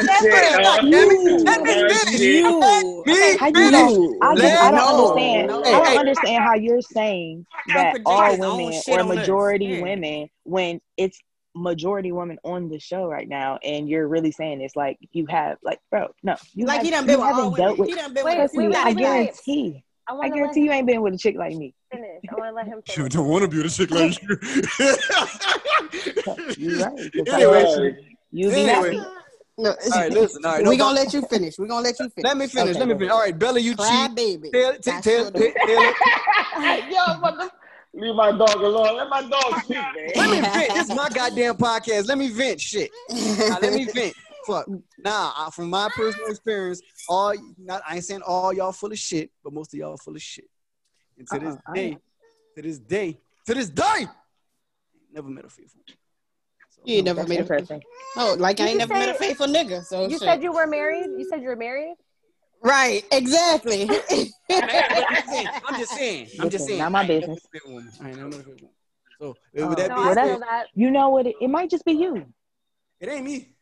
[SPEAKER 11] experience is
[SPEAKER 3] Oh, shit.
[SPEAKER 11] different.
[SPEAKER 3] Oh,
[SPEAKER 11] Let
[SPEAKER 3] you.
[SPEAKER 11] me- let me
[SPEAKER 3] Oh,
[SPEAKER 11] finish.
[SPEAKER 3] shit.
[SPEAKER 11] You.
[SPEAKER 3] Me
[SPEAKER 8] How you don't? I
[SPEAKER 3] finish.
[SPEAKER 8] just I don't
[SPEAKER 3] Let's
[SPEAKER 8] understand.
[SPEAKER 3] go.
[SPEAKER 8] I
[SPEAKER 3] Hey,
[SPEAKER 8] don't
[SPEAKER 3] hey.
[SPEAKER 8] understand how you're saying that
[SPEAKER 11] contradicting
[SPEAKER 8] all
[SPEAKER 11] his own
[SPEAKER 8] women
[SPEAKER 11] shit on
[SPEAKER 8] or
[SPEAKER 11] us.
[SPEAKER 8] majority
[SPEAKER 11] Yeah.
[SPEAKER 8] women when it's majority women on the show right now, and you're really saying it's like you have like bro, no, you
[SPEAKER 11] Like
[SPEAKER 8] have,
[SPEAKER 11] he done
[SPEAKER 8] you
[SPEAKER 11] been with all
[SPEAKER 8] haven't
[SPEAKER 11] women.
[SPEAKER 8] dealt with.
[SPEAKER 11] He done been with
[SPEAKER 8] trust
[SPEAKER 11] we
[SPEAKER 8] me,
[SPEAKER 11] got
[SPEAKER 8] I
[SPEAKER 11] it right.
[SPEAKER 8] guarantee.
[SPEAKER 4] I
[SPEAKER 8] I
[SPEAKER 4] wanna let
[SPEAKER 8] guarantee you ain't been with a chick like me.
[SPEAKER 4] Finish. I want to let him finish.
[SPEAKER 3] You don't want to be with a chick like you.
[SPEAKER 8] You're right. Just like
[SPEAKER 3] anyway,
[SPEAKER 8] you, you be
[SPEAKER 3] anyway.
[SPEAKER 8] happy.
[SPEAKER 11] No,
[SPEAKER 3] All right, listen. All right,
[SPEAKER 11] we gonna
[SPEAKER 3] no, but-
[SPEAKER 11] let you finish. We're gonna let you finish.
[SPEAKER 3] Let me finish.
[SPEAKER 11] Okay,
[SPEAKER 3] let me
[SPEAKER 11] go
[SPEAKER 3] finish.
[SPEAKER 11] ahead.
[SPEAKER 3] Oh, All right, Bella, you
[SPEAKER 11] Cry
[SPEAKER 3] cheat.
[SPEAKER 11] baby.
[SPEAKER 3] Taylor, t-
[SPEAKER 11] That's
[SPEAKER 3] Taylor,
[SPEAKER 11] what
[SPEAKER 3] t- Taylor.
[SPEAKER 2] Yo, mother- leave my dog alone. Let my dog speak, man.
[SPEAKER 3] Let me vent. This is my goddamn podcast. Let me vent shit. Now, let me vent. Fuck. Nah, I- from my personal experience, all not I ain't saying all y'all full of shit, but most of y'all full of shit. And to this
[SPEAKER 8] Uh-uh, I-
[SPEAKER 3] day, to this day, to this day, I ain't never met a faithful.
[SPEAKER 11] You ain't never made a
[SPEAKER 8] interesting.
[SPEAKER 11] Oh, like I
[SPEAKER 4] You
[SPEAKER 11] ain't
[SPEAKER 4] just
[SPEAKER 11] never met a
[SPEAKER 4] say-
[SPEAKER 11] faithful nigga. So
[SPEAKER 4] You
[SPEAKER 11] shit.
[SPEAKER 4] said you were married. You said you were married.
[SPEAKER 11] right, exactly.
[SPEAKER 3] I'm just saying. I'm just
[SPEAKER 8] Listen,
[SPEAKER 3] saying.
[SPEAKER 8] not my
[SPEAKER 3] I ain't never
[SPEAKER 8] business.
[SPEAKER 3] met a woman. I ain't never met a faithful woman. So
[SPEAKER 8] Uh,
[SPEAKER 3] with that
[SPEAKER 8] well,
[SPEAKER 3] being
[SPEAKER 8] that's-
[SPEAKER 3] said,
[SPEAKER 8] You know what? It, it might just be you.
[SPEAKER 3] it ain't me.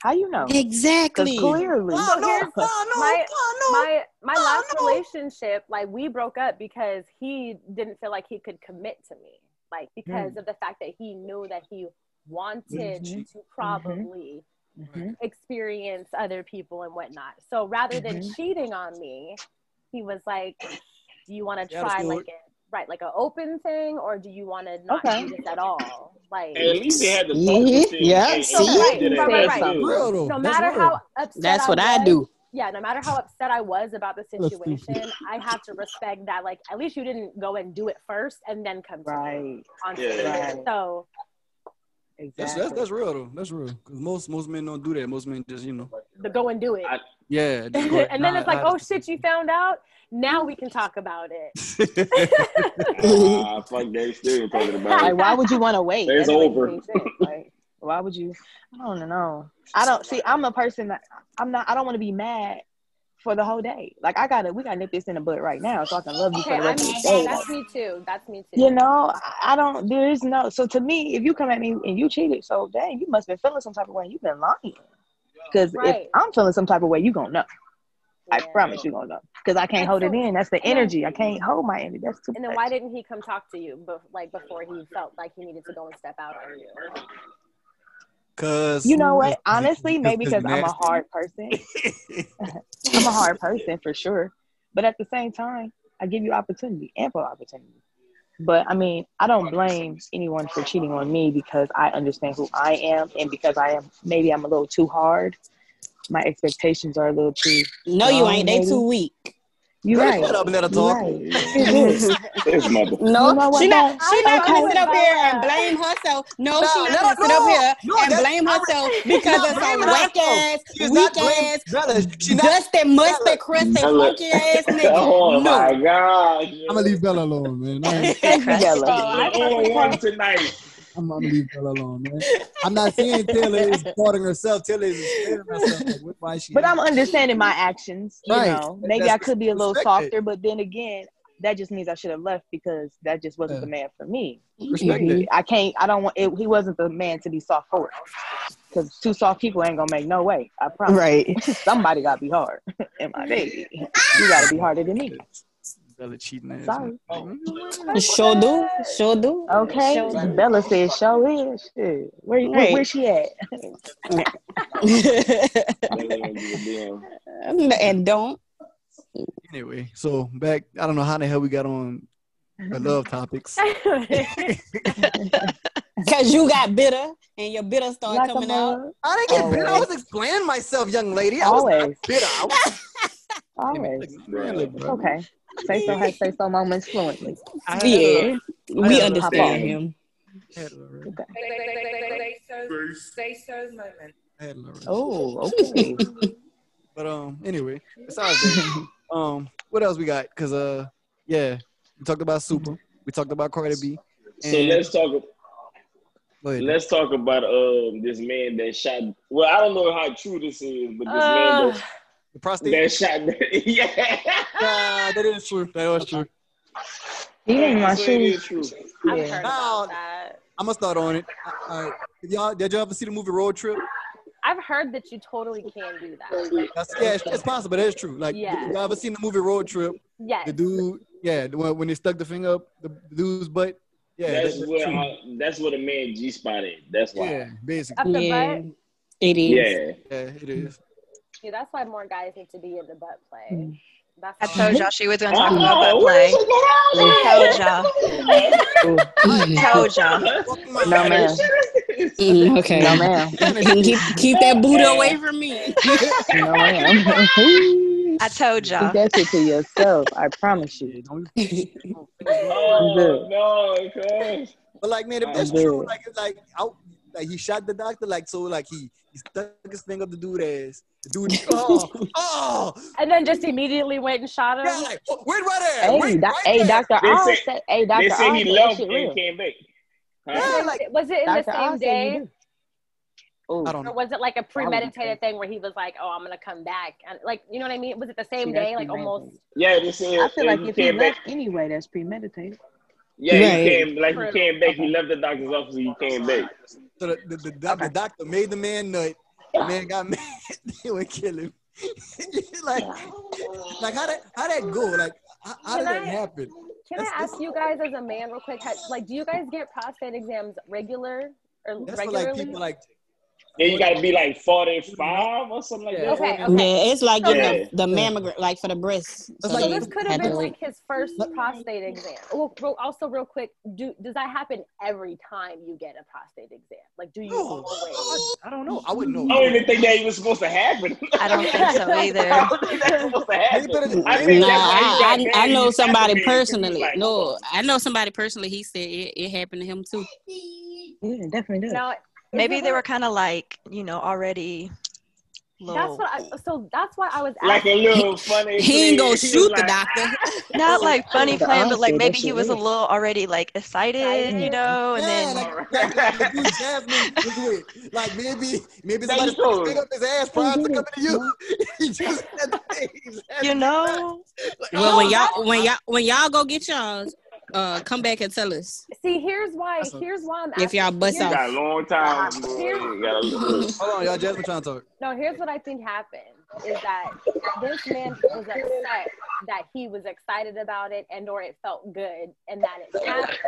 [SPEAKER 8] How you know?
[SPEAKER 11] Exactly.
[SPEAKER 8] Because clearly,
[SPEAKER 4] So here's my, my my last
[SPEAKER 11] no.
[SPEAKER 4] relationship, like we broke up because he didn't feel like he could commit to me, like because
[SPEAKER 8] Mm.
[SPEAKER 4] of the fact that he knew that he wanted
[SPEAKER 8] Mhm.
[SPEAKER 4] to probably
[SPEAKER 8] Mhm.
[SPEAKER 4] experience other people and whatnot. So rather than
[SPEAKER 8] Mhm.
[SPEAKER 4] cheating on me, he was like, "Do you want to
[SPEAKER 2] That'll
[SPEAKER 4] try
[SPEAKER 2] do
[SPEAKER 4] like
[SPEAKER 2] it.
[SPEAKER 4] a right like an open thing, or do you want to not
[SPEAKER 8] Okay.
[SPEAKER 4] do this at all?" Like
[SPEAKER 2] At least they had the
[SPEAKER 11] Yeah,
[SPEAKER 2] talk with you.
[SPEAKER 11] yeah,
[SPEAKER 2] and-
[SPEAKER 11] see?
[SPEAKER 2] and you
[SPEAKER 4] right,
[SPEAKER 2] did it.
[SPEAKER 4] right, right,
[SPEAKER 2] That's
[SPEAKER 4] right.
[SPEAKER 2] good.
[SPEAKER 4] No matter how upset
[SPEAKER 11] That's
[SPEAKER 4] I
[SPEAKER 11] what I
[SPEAKER 4] was-
[SPEAKER 11] do.
[SPEAKER 4] Yeah, no matter how upset I was about the
[SPEAKER 11] That's stupid.
[SPEAKER 4] situation, I have to respect that. Like, at least you didn't go and do it first and then come to me
[SPEAKER 8] Right.
[SPEAKER 4] on
[SPEAKER 3] Yeah.
[SPEAKER 4] stage.
[SPEAKER 3] Right.
[SPEAKER 4] So
[SPEAKER 3] That's, that's that's real though. That's real. 'Cause most most men don't do that. Most men just you know.
[SPEAKER 4] the go and do it,
[SPEAKER 3] Yeah. just go ahead.
[SPEAKER 4] and then
[SPEAKER 3] Nah,
[SPEAKER 4] it's like,
[SPEAKER 3] I-
[SPEAKER 4] oh shit, you found out. Now we can talk about it.
[SPEAKER 2] Ah, fuck that stereotype about
[SPEAKER 8] Like,
[SPEAKER 2] it.
[SPEAKER 8] why would you want to wait? That
[SPEAKER 2] It's
[SPEAKER 8] don't make
[SPEAKER 2] over.
[SPEAKER 8] any sense. Like, why would you? I don't know. I don't see. I'm a person that I'm not. I don't want to be mad for the whole day. Like I gotta, we gotta nip this in the butt right now, so I can love you
[SPEAKER 4] Okay,
[SPEAKER 8] for the
[SPEAKER 4] I
[SPEAKER 8] rest of
[SPEAKER 4] mean,
[SPEAKER 8] the day.
[SPEAKER 4] that's me too. That's me too.
[SPEAKER 8] You know, I- I don't. There is no. So to me, if you come at me and you cheated, so dang, you must have been feeling some type of way. You've been lying. Because if
[SPEAKER 4] Right.
[SPEAKER 8] I'm feeling some type of way, you gonna know. I promise you gonna know. Because I can't
[SPEAKER 4] And
[SPEAKER 8] hold it
[SPEAKER 4] so-
[SPEAKER 8] in. That's the
[SPEAKER 4] and then-
[SPEAKER 8] energy. I can't hold my energy. That's too
[SPEAKER 4] And then why didn't he come talk to you, bef- like before he felt like he needed to go and step out on you?
[SPEAKER 3] Cause
[SPEAKER 8] You know what? Honestly,
[SPEAKER 3] Cause
[SPEAKER 8] maybe
[SPEAKER 3] it's
[SPEAKER 8] because I'm a
[SPEAKER 3] nasty.
[SPEAKER 8] hard person. I'm a hard person for sure. But at the same time, I give you opportunity, ample opportunity. But I mean, I don't blame anyone for cheating on me because I understand who I am and because I am maybe I'm a little too hard. My expectations are a little too
[SPEAKER 11] No, you ain't. They
[SPEAKER 8] strong,
[SPEAKER 11] too
[SPEAKER 8] maybe.
[SPEAKER 11] weak.
[SPEAKER 8] You're right.
[SPEAKER 3] Shut up and let her
[SPEAKER 8] You're
[SPEAKER 3] talk.
[SPEAKER 8] right. It is.
[SPEAKER 2] This mother.
[SPEAKER 11] No,
[SPEAKER 8] You know what
[SPEAKER 11] she not.
[SPEAKER 8] though?
[SPEAKER 11] She not
[SPEAKER 8] Okay.
[SPEAKER 11] gonna sit up here and blame herself. No, she not gonna sit up here and blame herself because of some whack ass, weak ass, dusty, musty, crusty,
[SPEAKER 2] Bella.
[SPEAKER 11] funky ass nigga.
[SPEAKER 2] oh
[SPEAKER 11] No.
[SPEAKER 2] my gosh.
[SPEAKER 3] I'm gonna leave Bella alone, man. I ain't-
[SPEAKER 8] Thank you,
[SPEAKER 11] Oh,
[SPEAKER 2] Bro,
[SPEAKER 8] Bella.
[SPEAKER 2] I'm on one tonight.
[SPEAKER 3] I'm, I'm gonna leave Bella alone, man. I'm not saying Taylor is supporting herself. Taylor is explaining herself. Like, what- why she?
[SPEAKER 8] But I'm understanding my actions. You
[SPEAKER 3] Right.
[SPEAKER 8] know, maybe
[SPEAKER 3] That's
[SPEAKER 8] I could be a little
[SPEAKER 3] respected.
[SPEAKER 8] softer, but then again, that just means I should have left because that just wasn't
[SPEAKER 3] Yeah.
[SPEAKER 8] the man for me.
[SPEAKER 3] Respect
[SPEAKER 8] He-
[SPEAKER 3] that.
[SPEAKER 8] I can't. I don't want. It, he wasn't the man to be soft for. Because two soft people ain't gonna make no way. I promise.
[SPEAKER 6] Right.
[SPEAKER 8] Somebody gotta be hard. and my baby, you gotta be harder than me.
[SPEAKER 3] Bella cheating ass.
[SPEAKER 8] Sorry.
[SPEAKER 11] Sure do. Sure do.
[SPEAKER 8] Okay.
[SPEAKER 11] Sure do.
[SPEAKER 8] Bella said, "Show is shit. Where, where
[SPEAKER 11] Right.
[SPEAKER 8] where she at?
[SPEAKER 2] Bella ain't give a damn.
[SPEAKER 11] and don't.
[SPEAKER 3] Anyway, so back. I don't know how the hell we got on the love topics.
[SPEAKER 11] Cause you got bitter and your bitter start
[SPEAKER 8] like a
[SPEAKER 11] coming out.
[SPEAKER 8] mug.
[SPEAKER 3] I didn't Oh, get bitter. I
[SPEAKER 8] Always.
[SPEAKER 3] was explaining myself, young lady. I was not
[SPEAKER 8] Always.
[SPEAKER 3] bitter. I was
[SPEAKER 8] Always.
[SPEAKER 3] man, look, bro, man.
[SPEAKER 8] Okay. Say so has say so moments fluently.
[SPEAKER 3] I had a little-
[SPEAKER 11] Yeah. We
[SPEAKER 3] I had a little-
[SPEAKER 11] understand
[SPEAKER 2] understand.
[SPEAKER 11] him.
[SPEAKER 3] I had a little rant.
[SPEAKER 8] Okay.
[SPEAKER 7] Say say- say- say so moment.
[SPEAKER 3] I had a little rant.
[SPEAKER 8] Oh, okay.
[SPEAKER 3] But um, anyway, besides that, um, what else we got? Cause uh, yeah, we talked about Super. We talked about Cardi B. And,
[SPEAKER 2] So let's talk.
[SPEAKER 3] go ahead.
[SPEAKER 2] Let's talk about um this man that shot. Well, I don't know how true this is, but this man
[SPEAKER 8] Uh,
[SPEAKER 2] that,
[SPEAKER 3] the prostate.
[SPEAKER 2] that shot. yeah.
[SPEAKER 3] Nah, that is true. That was true.
[SPEAKER 8] He ain't my
[SPEAKER 2] So it
[SPEAKER 8] shoes.
[SPEAKER 2] is true.
[SPEAKER 4] I've heard
[SPEAKER 8] Yeah.
[SPEAKER 3] Now-
[SPEAKER 4] about that.
[SPEAKER 3] I'm gonna start on it. I- All right. Did y'all did y'all ever see the movie Road Trip?
[SPEAKER 4] I've heard that you totally can do that.
[SPEAKER 3] That's, yeah, it's, it's possible. That's true. Like,
[SPEAKER 4] Yeah.
[SPEAKER 3] did y'all ever seen the movie Road Trip? The
[SPEAKER 4] Yes.
[SPEAKER 3] dude, yeah, the one- when they stuck the finger up the dude's butt. Yeah, that-
[SPEAKER 2] That's
[SPEAKER 3] that's
[SPEAKER 2] where
[SPEAKER 3] true.
[SPEAKER 2] uh, that's where the man G spotted. That's why.
[SPEAKER 3] yeah, basically.
[SPEAKER 4] Up the
[SPEAKER 11] Yeah.
[SPEAKER 4] butt.
[SPEAKER 11] It is.
[SPEAKER 2] Yeah.
[SPEAKER 3] Yeah, it is.
[SPEAKER 4] See, that's why more guys need to be in the butt
[SPEAKER 8] Mm.
[SPEAKER 4] play. That's
[SPEAKER 6] I
[SPEAKER 4] all.
[SPEAKER 6] told y'all she was gonna talk about butt
[SPEAKER 2] Oh,
[SPEAKER 6] play.
[SPEAKER 2] where's
[SPEAKER 6] Told y'all. Told y'all.
[SPEAKER 3] Fucking my
[SPEAKER 8] No ma'am.
[SPEAKER 11] Mm, okay.
[SPEAKER 8] No ma'am.
[SPEAKER 11] keep, keep that booty away from me.
[SPEAKER 8] No ma'am. Keep
[SPEAKER 6] I told y'all.
[SPEAKER 8] that shit to yourself. I promise you.
[SPEAKER 3] Yeah, don't be-
[SPEAKER 2] Oh no, cuz.
[SPEAKER 3] But like, man, if
[SPEAKER 2] I'm
[SPEAKER 3] that's true,
[SPEAKER 8] good.
[SPEAKER 3] like, it's like, out, like he shot the doctor, like, so, like, he, he stuck his finger up the dude ass. The dude, oh, oh,
[SPEAKER 4] And then just immediately went and shot him.
[SPEAKER 3] yeah, like, wait right there,
[SPEAKER 8] Hey,
[SPEAKER 3] wait
[SPEAKER 8] doc,
[SPEAKER 3] right
[SPEAKER 8] hey,
[SPEAKER 3] there.
[SPEAKER 8] Doctor
[SPEAKER 2] They
[SPEAKER 8] Oz
[SPEAKER 2] say-
[SPEAKER 8] said, hey,
[SPEAKER 2] They
[SPEAKER 8] Doctor Oz
[SPEAKER 2] say
[SPEAKER 8] said
[SPEAKER 2] he
[SPEAKER 8] that
[SPEAKER 2] left
[SPEAKER 8] shit
[SPEAKER 2] and
[SPEAKER 8] real.
[SPEAKER 2] came back.
[SPEAKER 3] Yeah,
[SPEAKER 2] Huh?
[SPEAKER 4] Was it-
[SPEAKER 3] like-
[SPEAKER 4] was it in the
[SPEAKER 8] Doctor
[SPEAKER 4] same
[SPEAKER 8] Oz said
[SPEAKER 4] day?
[SPEAKER 8] you do. Ooh,
[SPEAKER 3] I don't
[SPEAKER 4] Or
[SPEAKER 3] know.
[SPEAKER 4] was it like a
[SPEAKER 8] would be
[SPEAKER 4] premeditated
[SPEAKER 8] crazy.
[SPEAKER 4] thing where he was like, "Oh, I'm gonna come back," and like, you know what I mean? Was it the same
[SPEAKER 8] See, that's
[SPEAKER 4] day? Like
[SPEAKER 8] premeditated.
[SPEAKER 4] almost.
[SPEAKER 2] Yeah, they said
[SPEAKER 8] I feel like
[SPEAKER 2] he
[SPEAKER 8] if he
[SPEAKER 2] came back.
[SPEAKER 8] left anyway, that's premeditated.
[SPEAKER 2] Yeah,
[SPEAKER 11] Right.
[SPEAKER 2] he came like
[SPEAKER 4] True.
[SPEAKER 2] he came back. He left the doctor's office. He came back.
[SPEAKER 3] So the, the, the, doc- the doctor made the man nut. The man got mad. they would kill him. like, like how that how that go? Like how, how did
[SPEAKER 4] Can
[SPEAKER 3] that
[SPEAKER 4] I-
[SPEAKER 3] happen?
[SPEAKER 4] Can
[SPEAKER 3] That's-
[SPEAKER 4] I ask you guys, as a man, real quick, how, like, do you guys get prostate exams regular or
[SPEAKER 3] That's for like
[SPEAKER 4] regularly?
[SPEAKER 3] people like
[SPEAKER 2] Then you gotta be like forty-five or something like
[SPEAKER 3] Yeah.
[SPEAKER 2] that.
[SPEAKER 4] okay, okay.
[SPEAKER 11] Yeah, it's like getting
[SPEAKER 2] Yeah.
[SPEAKER 11] the, the mammogram, like for the breasts.
[SPEAKER 3] That's
[SPEAKER 11] So
[SPEAKER 3] like-
[SPEAKER 4] So
[SPEAKER 11] they
[SPEAKER 4] this could have
[SPEAKER 11] had to
[SPEAKER 4] been
[SPEAKER 11] wait.
[SPEAKER 4] like his first prostate exam. Oh, real- also, real quick, do does that happen every time you get a prostate exam? Like, do you
[SPEAKER 3] no.
[SPEAKER 4] always?
[SPEAKER 3] I, I don't know. I wouldn't
[SPEAKER 2] Oh, I don't
[SPEAKER 3] know.
[SPEAKER 2] even think that was supposed to happen.
[SPEAKER 6] I don't think so
[SPEAKER 2] I
[SPEAKER 6] either.
[SPEAKER 2] don't think that's supposed to happen.
[SPEAKER 3] Maybe the-
[SPEAKER 2] I
[SPEAKER 3] maybe-
[SPEAKER 2] think
[SPEAKER 11] Nah,
[SPEAKER 2] that's why he got
[SPEAKER 11] I,
[SPEAKER 2] mad.
[SPEAKER 11] I, I
[SPEAKER 2] He
[SPEAKER 11] know
[SPEAKER 2] shot the
[SPEAKER 11] somebody
[SPEAKER 2] man 'cause he was
[SPEAKER 11] personally.
[SPEAKER 2] like, oh.
[SPEAKER 11] No, I know somebody personally. He said it, it happened to him too.
[SPEAKER 8] Yeah, it definitely does.
[SPEAKER 4] Now, is
[SPEAKER 6] Maybe
[SPEAKER 4] it
[SPEAKER 6] they
[SPEAKER 4] real-
[SPEAKER 6] were kind of like, you know, already
[SPEAKER 4] That's what I, so that's why I was
[SPEAKER 2] Like a little funny.
[SPEAKER 11] He ain't gonna
[SPEAKER 2] plan.
[SPEAKER 11] shoot the
[SPEAKER 2] Like, "Ah."
[SPEAKER 11] doctor.
[SPEAKER 6] Not like funny
[SPEAKER 11] The
[SPEAKER 6] plan, but
[SPEAKER 11] honesty,
[SPEAKER 6] like
[SPEAKER 11] that
[SPEAKER 6] maybe he
[SPEAKER 11] shit
[SPEAKER 6] was a
[SPEAKER 11] is.
[SPEAKER 6] little already like excited, you know, and
[SPEAKER 12] Yeah,
[SPEAKER 6] then
[SPEAKER 12] like, like, like, the dude Jasmine was with. Like maybe, maybe
[SPEAKER 6] There
[SPEAKER 12] somebody
[SPEAKER 6] you go.
[SPEAKER 12] picked up his ass prior to coming to you.
[SPEAKER 11] Mm-hmm.
[SPEAKER 12] he just
[SPEAKER 6] you know.
[SPEAKER 11] Well,
[SPEAKER 12] oh,
[SPEAKER 11] when y'all when y'all when y'all go get y'all's, uh, come back and tell us
[SPEAKER 4] See, here's why. Here's why I'm.
[SPEAKER 11] if y'all bust
[SPEAKER 2] You
[SPEAKER 11] out.
[SPEAKER 2] got a long time. boy. You got a little-
[SPEAKER 3] Hold on, y'all. Jasmine trying to talk.
[SPEAKER 4] No, here's what I think happened is that this man was upset that he was excited about it and or it felt good and that it happened.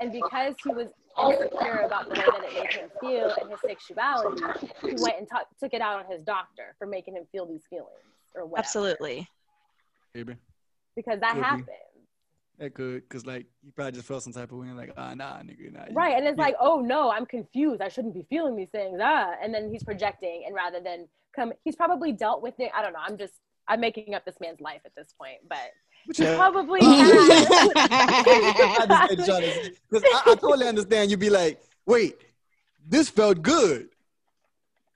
[SPEAKER 4] And because he was insecure about the way that it made him feel and his sexuality, he went and ta- took it out on his doctor for making him feel these feelings or whatever.
[SPEAKER 6] Absolutely.
[SPEAKER 3] Maybe.
[SPEAKER 4] Because that
[SPEAKER 3] Could be.
[SPEAKER 4] happened.
[SPEAKER 3] That could, cause like you probably just felt some type of way, like ah nah, nigga, nah. you-
[SPEAKER 4] Right. And it's
[SPEAKER 3] you-
[SPEAKER 4] like, oh no, I'm confused. I shouldn't be feeling these things. Ah. And then he's projecting and rather than come he's probably dealt with it. I don't know. I'm just I'm making up this man's life at this point, but he
[SPEAKER 3] Yeah.
[SPEAKER 4] probably
[SPEAKER 12] I
[SPEAKER 3] I just said Johnny, 'cause I, I totally understand. You'd be like, wait, this felt good.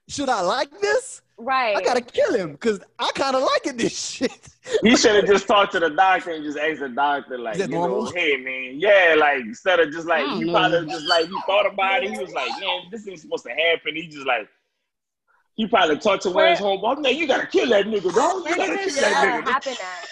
[SPEAKER 3] Should I like this?
[SPEAKER 4] Right.
[SPEAKER 3] I gotta kill him because I kind of liking this shit.
[SPEAKER 2] He should have just talked to the doctor and just asked the doctor, like,
[SPEAKER 3] Is that
[SPEAKER 2] you know,
[SPEAKER 3] normal?
[SPEAKER 2] hey man, yeah, like instead of just like
[SPEAKER 3] I don't
[SPEAKER 2] he
[SPEAKER 3] know.
[SPEAKER 2] probably just like he thought about it, he was like, man, this ain't supposed to happen. He just like he probably talked to where his homeboy. I'm like, you gotta kill that nigga, dog. You
[SPEAKER 4] Where
[SPEAKER 2] gotta
[SPEAKER 4] did
[SPEAKER 2] kill
[SPEAKER 4] this uh,
[SPEAKER 2] that nigga.
[SPEAKER 4] happen at?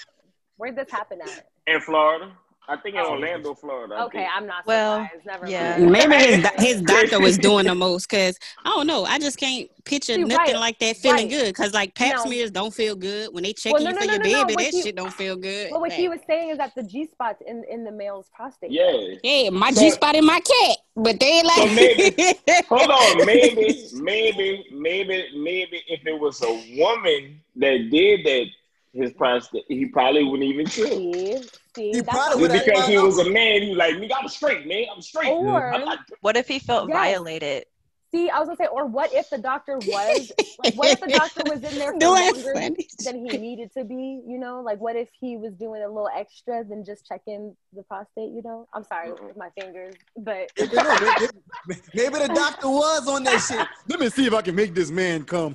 [SPEAKER 4] Where did this happen at?
[SPEAKER 2] In Florida, I think in Orlando, Florida. I
[SPEAKER 4] Okay,
[SPEAKER 2] think.
[SPEAKER 4] I'm not
[SPEAKER 11] Well,
[SPEAKER 4] surprised. Never
[SPEAKER 11] Yeah,
[SPEAKER 4] mind.
[SPEAKER 11] maybe his do- his doctor was doing the most because I don't know. I just can't picture
[SPEAKER 4] See,
[SPEAKER 11] nothing
[SPEAKER 4] right,
[SPEAKER 11] like that feeling
[SPEAKER 4] right.
[SPEAKER 11] good because like pap
[SPEAKER 4] No.
[SPEAKER 11] smears don't feel good when they check
[SPEAKER 4] Well,
[SPEAKER 11] you
[SPEAKER 4] no,
[SPEAKER 11] for
[SPEAKER 4] no,
[SPEAKER 11] your
[SPEAKER 4] no, no, no,
[SPEAKER 11] baby.
[SPEAKER 4] what
[SPEAKER 11] That
[SPEAKER 4] you-
[SPEAKER 11] shit don't feel good.
[SPEAKER 4] Well, what he
[SPEAKER 11] Like,
[SPEAKER 4] was saying is that the G spots in in the male's prostate.
[SPEAKER 2] Yeah.
[SPEAKER 11] Yeah, my
[SPEAKER 2] So-
[SPEAKER 11] G spot in my cat, but they ain't
[SPEAKER 2] So
[SPEAKER 11] like.
[SPEAKER 2] maybe, hold on, maybe, maybe, maybe, maybe if it was a woman that did that, his prostate, he probably wouldn't even chill.
[SPEAKER 4] See, see,
[SPEAKER 12] He
[SPEAKER 4] that's
[SPEAKER 12] probably
[SPEAKER 4] what
[SPEAKER 12] would
[SPEAKER 4] I'm
[SPEAKER 2] Just because
[SPEAKER 4] saying.
[SPEAKER 2] he was a man, he like, nigga, I'm straight, man. I'm straight.
[SPEAKER 4] Or-
[SPEAKER 2] I'm not-
[SPEAKER 6] What if he felt
[SPEAKER 4] Yes.
[SPEAKER 6] violated?
[SPEAKER 4] See, I was gonna say, or what if the doctor was, like, what if the doctor was in there for
[SPEAKER 11] No, that's
[SPEAKER 4] longer
[SPEAKER 11] funny.
[SPEAKER 4] than he needed to be? You know, like what if he was doing a little extra than just checking the prostate? You know, I'm sorry with my fingers, but
[SPEAKER 12] Maybe the doctor was on that shit.
[SPEAKER 3] Let me see if I can make this man come.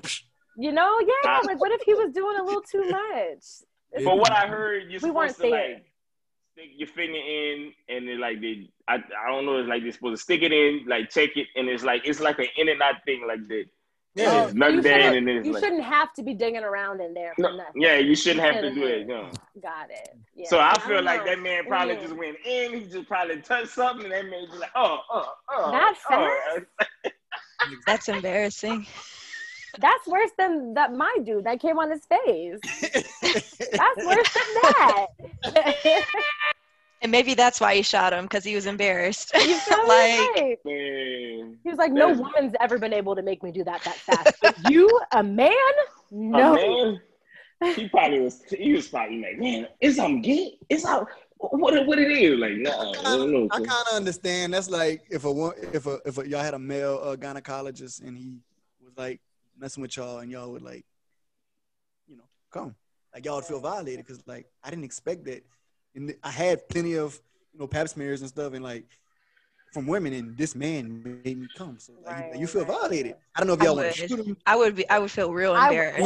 [SPEAKER 4] you know, yeah,
[SPEAKER 2] I-
[SPEAKER 4] like what if he was doing a little too much?
[SPEAKER 2] But what I heard, you're
[SPEAKER 4] We weren't
[SPEAKER 2] supposed to
[SPEAKER 4] there.
[SPEAKER 2] like stick your finger in, and then like they, I, I don't know, it's like they're supposed to stick it in, like check it, and it's like it's like an in and out thing, like that.
[SPEAKER 12] Yeah.
[SPEAKER 2] Yeah, nothing
[SPEAKER 4] you
[SPEAKER 2] there,
[SPEAKER 4] shouldn't,
[SPEAKER 2] and then it's
[SPEAKER 4] you
[SPEAKER 2] like,
[SPEAKER 4] shouldn't have to be digging around in there for
[SPEAKER 2] No,
[SPEAKER 4] nothing.
[SPEAKER 2] yeah, you shouldn't have to
[SPEAKER 4] shouldn't
[SPEAKER 2] do it. No.
[SPEAKER 4] Got it. Yeah.
[SPEAKER 2] So I feel
[SPEAKER 4] don't
[SPEAKER 2] like
[SPEAKER 4] know.
[SPEAKER 2] that man probably
[SPEAKER 4] Mm.
[SPEAKER 2] just went in. He just probably touched something, and that man just like, oh, oh, oh.
[SPEAKER 4] That
[SPEAKER 2] oh.
[SPEAKER 6] That's embarrassing.
[SPEAKER 4] That's worse than that my dude that came on his face. That's worse than that.
[SPEAKER 6] And maybe that's why he shot him because he was embarrassed.
[SPEAKER 4] You feel me?
[SPEAKER 6] like,
[SPEAKER 4] Right.
[SPEAKER 2] Man,
[SPEAKER 4] He was like, no
[SPEAKER 2] That's-
[SPEAKER 4] woman's ever been able to make me do that that fast. But you, a man? No.
[SPEAKER 2] A man, he probably was. He was probably like, man, it's I'm gay. It's out. What it- what it is? Like, nah, I don't know.
[SPEAKER 3] I kind of understand. That's like if a one, if a if a, y'all had a male uh, gynecologist and he was like messing with y'all and y'all would like, you know, come like y'all would feel violated because like I didn't expect that, and I had plenty of you know pap smears and stuff and like from women and this man made me come so like, you-
[SPEAKER 4] Right,
[SPEAKER 3] you, feel
[SPEAKER 4] right.
[SPEAKER 3] violated. I don't know if
[SPEAKER 6] I
[SPEAKER 3] y'all want to
[SPEAKER 6] would.
[SPEAKER 3] shoot him.
[SPEAKER 6] I would be. I would feel real
[SPEAKER 4] I would
[SPEAKER 6] embarrassed.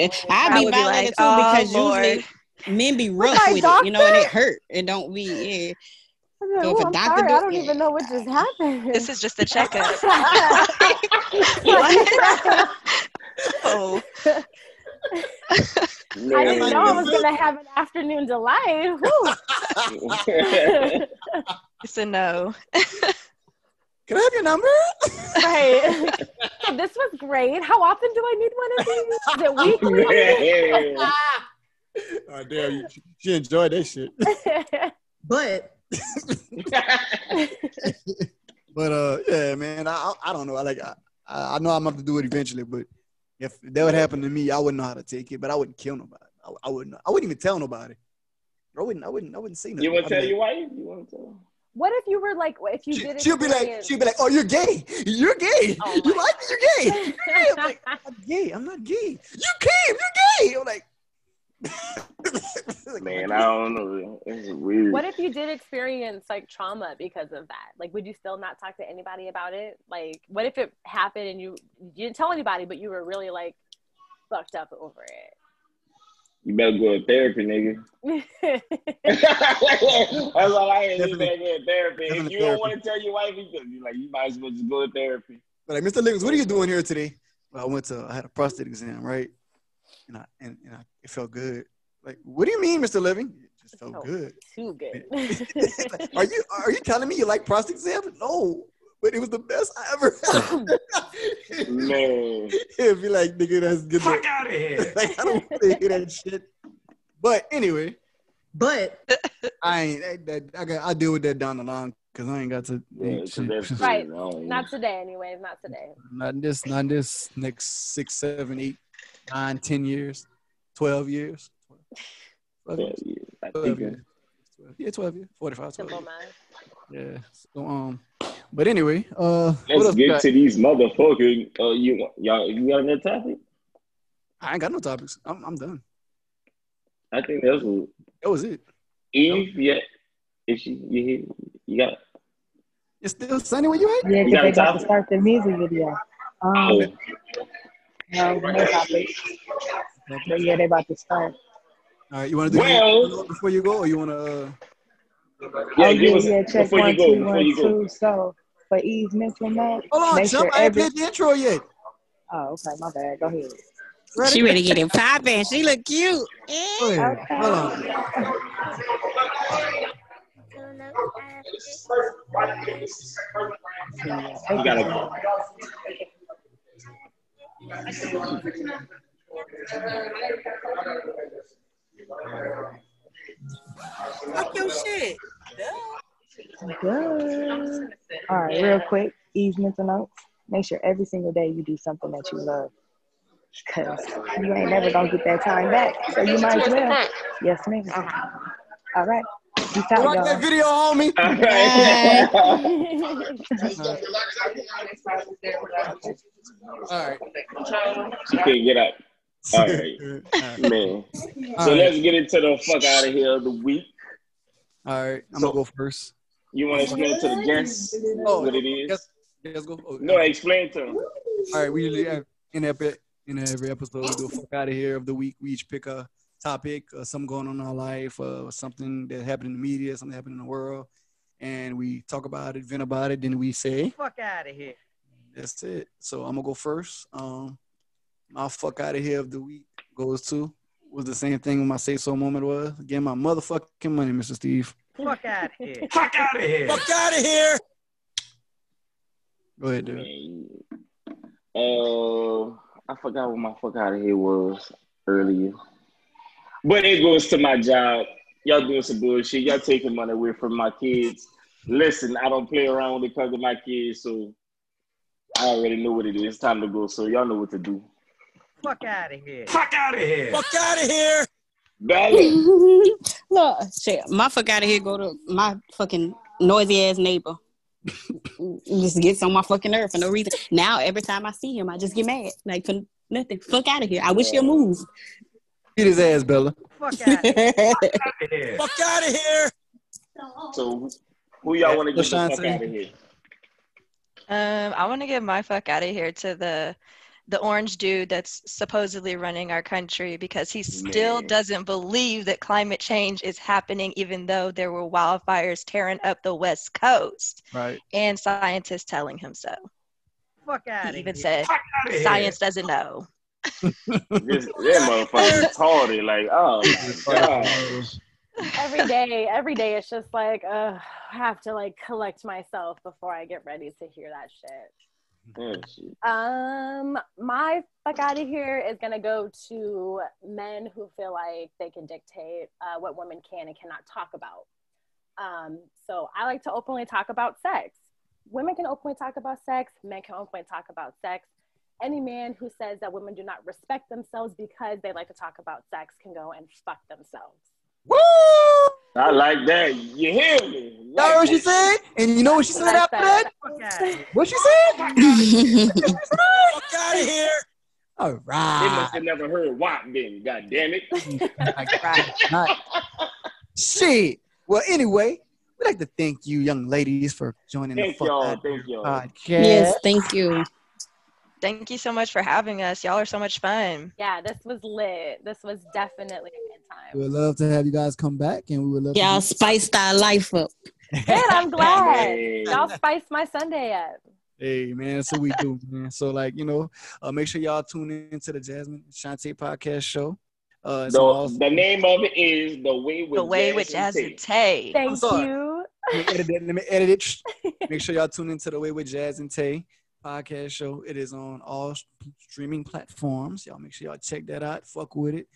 [SPEAKER 11] Yeah, I'd
[SPEAKER 6] I
[SPEAKER 11] be
[SPEAKER 6] would be
[SPEAKER 11] violated
[SPEAKER 6] like,
[SPEAKER 11] too because
[SPEAKER 6] "Oh,
[SPEAKER 11] usually men be rough
[SPEAKER 4] my
[SPEAKER 11] with it, you know, and it
[SPEAKER 4] doctor?
[SPEAKER 11] hurt. It don't be. Yeah.
[SPEAKER 4] I'm, like,
[SPEAKER 11] So if
[SPEAKER 4] "Ooh,
[SPEAKER 11] a
[SPEAKER 4] I'm
[SPEAKER 11] doctor
[SPEAKER 4] sorry.
[SPEAKER 11] do
[SPEAKER 4] I
[SPEAKER 11] it-
[SPEAKER 4] don't even know what just happened.
[SPEAKER 6] This is just a checkup.
[SPEAKER 4] I
[SPEAKER 6] oh,
[SPEAKER 4] didn't know I was
[SPEAKER 12] That's
[SPEAKER 4] going to have an afternoon delight. Whew.
[SPEAKER 6] it's a no.
[SPEAKER 3] Can I have your number?
[SPEAKER 4] right. So this was great. How often do I need one of these? Is it weekly?
[SPEAKER 10] Ah.
[SPEAKER 3] Oh damn, you, she enjoyed that shit.
[SPEAKER 11] But
[SPEAKER 3] But uh, yeah, man, I I- I don't know. I like I I I know I'm gonna have to do it eventually, but if that would happen to me, I wouldn't know how to take it. But I wouldn't kill nobody. I, I wouldn't. I wouldn't even tell nobody. I wouldn't. I wouldn't. I wouldn't say nothing.
[SPEAKER 2] you want
[SPEAKER 3] I'd
[SPEAKER 2] to
[SPEAKER 3] be
[SPEAKER 2] tell
[SPEAKER 3] like-
[SPEAKER 2] your wife? You want to tell? her?
[SPEAKER 4] what if you were like, if you did
[SPEAKER 3] She, she'll be like,
[SPEAKER 4] experience-
[SPEAKER 3] she'll be like, oh, you're gay. You're gay.
[SPEAKER 4] Oh
[SPEAKER 3] you
[SPEAKER 4] my
[SPEAKER 3] like me? You're gay. You're gay. I'm like, I'm gay. I'm not gay. You came. You're gay. I'm like, Like,
[SPEAKER 2] Man, I don't know. It's weird.
[SPEAKER 4] What if you did experience like trauma because of that? Like, would you still not talk to anybody about it? Like, what if it happened and you you didn't tell anybody, but you were really like fucked up over it.
[SPEAKER 2] You better go to therapy, nigga. That's all I hear. You better go to therapy. If
[SPEAKER 12] Definitely
[SPEAKER 2] you don't
[SPEAKER 12] therapy.
[SPEAKER 2] want to tell your wife, you could- you like you might as well just go to therapy.
[SPEAKER 3] But like, Mr. Liggins, what are you doing here today? Well, I went to, I had a prostate exam, right? And I, and, and I, it felt good. Like, what do you mean, Mr. Living? It just felt good.
[SPEAKER 4] Too good.
[SPEAKER 3] Are you, are you telling me you like prostate exam? No, but it was the best I ever had.
[SPEAKER 2] Man.
[SPEAKER 3] It'd be like, nigga, that's good.
[SPEAKER 13] Fuck outta here.
[SPEAKER 3] like, I don't want to hear that shit. But anyway.
[SPEAKER 11] But
[SPEAKER 3] I ain't, that, that- I got, I deal with that down the line because I ain't got to.
[SPEAKER 2] Yeah, 'cause that's
[SPEAKER 3] shit.
[SPEAKER 4] right. Not today, anyways. Not today.
[SPEAKER 3] Not in this, not in this next six, seven, eight, nine, ten years, twelve years. Twelve years.
[SPEAKER 2] I
[SPEAKER 3] Twelve
[SPEAKER 2] think
[SPEAKER 3] years. Yeah, twelve years. Forty-five. 12
[SPEAKER 4] Simple
[SPEAKER 3] years.
[SPEAKER 4] mind.
[SPEAKER 3] Yeah. So um, but anyway, uh, what
[SPEAKER 2] Let's
[SPEAKER 3] else we
[SPEAKER 2] get
[SPEAKER 3] got?
[SPEAKER 2] to these motherfucking. Uh, you want- y'all, you got another topic?
[SPEAKER 3] I ain't got no topics. I'm I'm done.
[SPEAKER 2] I think that's what.
[SPEAKER 3] That was it.
[SPEAKER 2] Eve, yeah. If she, you hear, you got.
[SPEAKER 3] It's still sunny when you ain't.
[SPEAKER 8] Yeah,
[SPEAKER 2] You got
[SPEAKER 8] because they
[SPEAKER 2] a
[SPEAKER 8] got to
[SPEAKER 2] topic?
[SPEAKER 8] start the music video. Um,
[SPEAKER 2] Oh.
[SPEAKER 8] no, no topic. But yeah, they about to start.
[SPEAKER 3] All right, you want to do
[SPEAKER 2] Well-
[SPEAKER 3] before you go, or you want to? Uh,
[SPEAKER 2] Yeah,
[SPEAKER 8] oh,
[SPEAKER 2] give
[SPEAKER 8] yeah,
[SPEAKER 2] us-
[SPEAKER 8] yeah, check
[SPEAKER 2] before you
[SPEAKER 8] one,
[SPEAKER 2] go,
[SPEAKER 8] two,
[SPEAKER 2] before
[SPEAKER 8] one,
[SPEAKER 2] you go.
[SPEAKER 8] two. So for Eve's mental note,
[SPEAKER 3] Hold on,
[SPEAKER 8] make
[SPEAKER 3] jump,
[SPEAKER 8] sure
[SPEAKER 3] I ain't
[SPEAKER 8] every.
[SPEAKER 3] played the intro yet.
[SPEAKER 8] Oh, okay, my bad. Go ahead.
[SPEAKER 11] She ready to get it popping. She look cute.
[SPEAKER 3] Go ahead. Oh, Hold on.
[SPEAKER 2] You got a.
[SPEAKER 11] Fuck your shit.
[SPEAKER 8] Good. All right, real quick, Eve's mental note. Make sure every single day you do something that you love. Because you ain't never going to get that time back. So you might as well. Yes, ma'am. All right. Peace out,
[SPEAKER 3] Rock
[SPEAKER 8] y'all.
[SPEAKER 3] that video, homie.
[SPEAKER 2] All right.
[SPEAKER 3] All right.
[SPEAKER 2] she couldn't get out. All right, man. So
[SPEAKER 3] right.
[SPEAKER 2] let's get into the fuck out of here of the week.
[SPEAKER 3] All right, I'm gonna go first.
[SPEAKER 2] You want to explain to the guests what it is?
[SPEAKER 3] Oh. Yes, yes, go. oh,
[SPEAKER 2] No, explain to them.
[SPEAKER 3] All right, we usually have in every in every episode we do a fuck out of here of the week. We each pick a topic, uh, something going on in our life, uh, something that happened in the media, something that happened in the world, and we talk about it, vent about it, then we say
[SPEAKER 9] Fuck out of here.
[SPEAKER 3] that's it. So I'm gonna go first. Um, my fuck out of here of the week goes to was the same thing when my say so moment was. Get my motherfucking money, Mr. Steve.
[SPEAKER 9] Fuck out of here.
[SPEAKER 13] Fuck out of here.
[SPEAKER 12] Fuck out of here.
[SPEAKER 3] Go ahead, dude.
[SPEAKER 2] Uh, I forgot what my fuck out of here was earlier. But it goes to my job. Y'all doing some bullshit. Y'all taking money away from my kids. Listen, I don't play around when it comes to my kids, so I already know what it is. It's time to go. So y'all know what to do.
[SPEAKER 9] Fuck out of here.
[SPEAKER 13] Fuck out of here.
[SPEAKER 12] Fuck out of here.
[SPEAKER 2] Ballot.
[SPEAKER 11] Look, shit, my fuck out of here. Go to my fucking noisy ass neighbor. just gets on my fucking nerve for no reason. Now every time I see him, I just get mad. Like for nothing. Fuck out of here. I wish you'll move.
[SPEAKER 3] Beat his ass, Bella.
[SPEAKER 9] Fuck out of here.
[SPEAKER 13] Fuck out of here.
[SPEAKER 12] Fuck out of here.
[SPEAKER 2] So who y'all want to get the
[SPEAKER 3] Lashawn
[SPEAKER 2] fuck
[SPEAKER 3] say?
[SPEAKER 2] out of here?
[SPEAKER 6] Um, I want to give my fuck out of here to the the orange dude that's supposedly running our country because he still
[SPEAKER 2] Man.
[SPEAKER 6] doesn't believe that climate change is happening, even though there were wildfires tearing up the West Coast
[SPEAKER 3] Right.
[SPEAKER 6] and scientists telling him so.
[SPEAKER 9] Fuck out
[SPEAKER 6] He
[SPEAKER 9] of here.
[SPEAKER 6] even said
[SPEAKER 13] Fuck out of here.
[SPEAKER 6] science doesn't know.
[SPEAKER 2] This that motherfucker retarded. Like, oh my god.
[SPEAKER 4] Every day, every day, it's just like, uh, I have to like collect myself before I get ready to hear that shit.
[SPEAKER 2] Yeah, shit.
[SPEAKER 4] Um, my fuck out of here is gonna go to men who feel like they can dictate uh, what women can and cannot talk about. Um, so I like to openly talk about sex. Women can openly talk about sex. Men can openly talk about sex. Any man who says that women do not respect themselves because they like to talk about sex can go and fuck themselves.
[SPEAKER 2] I like that. You hear me?
[SPEAKER 3] Y'all heard what she said? And you know what she said after that?
[SPEAKER 9] Fuck out of here.
[SPEAKER 3] What she said?
[SPEAKER 12] Fuck out of here.
[SPEAKER 3] All
[SPEAKER 2] They must
[SPEAKER 3] right.
[SPEAKER 2] have never heard WAP then. God damn it.
[SPEAKER 3] Shit. Well, anyway, we'd like to thank you, young ladies, for joining
[SPEAKER 2] Thank
[SPEAKER 3] the fuck
[SPEAKER 2] y'all.
[SPEAKER 3] Out
[SPEAKER 2] Thank y'all.
[SPEAKER 3] podcast.
[SPEAKER 11] Yes, thank you.
[SPEAKER 6] Thank you so much for having us. Y'all are so much fun.
[SPEAKER 4] Yeah, this was lit. This was definitely a good time.
[SPEAKER 3] We would love to have you guys come back, and we would love
[SPEAKER 11] Y'all
[SPEAKER 3] to
[SPEAKER 11] spiced our life up.
[SPEAKER 4] Good, I'm glad.
[SPEAKER 3] Hey.
[SPEAKER 4] Y'all spiced my Sunday up.
[SPEAKER 3] Hey man, so we do, man. So like you know, uh, make sure y'all tune in to the Jasmine Shantae podcast show. Uh, it's
[SPEAKER 2] The,
[SPEAKER 3] awesome.
[SPEAKER 2] the name of it is The Way with
[SPEAKER 6] The Way with Jazz and Tay.
[SPEAKER 3] I'm sorry. Let me edit it. Let me edit it. Make sure y'all tune into the Way with Jazz and Tay podcast show. It is on all s- streaming platforms. Y'all make sure y'all check that out. Fuck with it.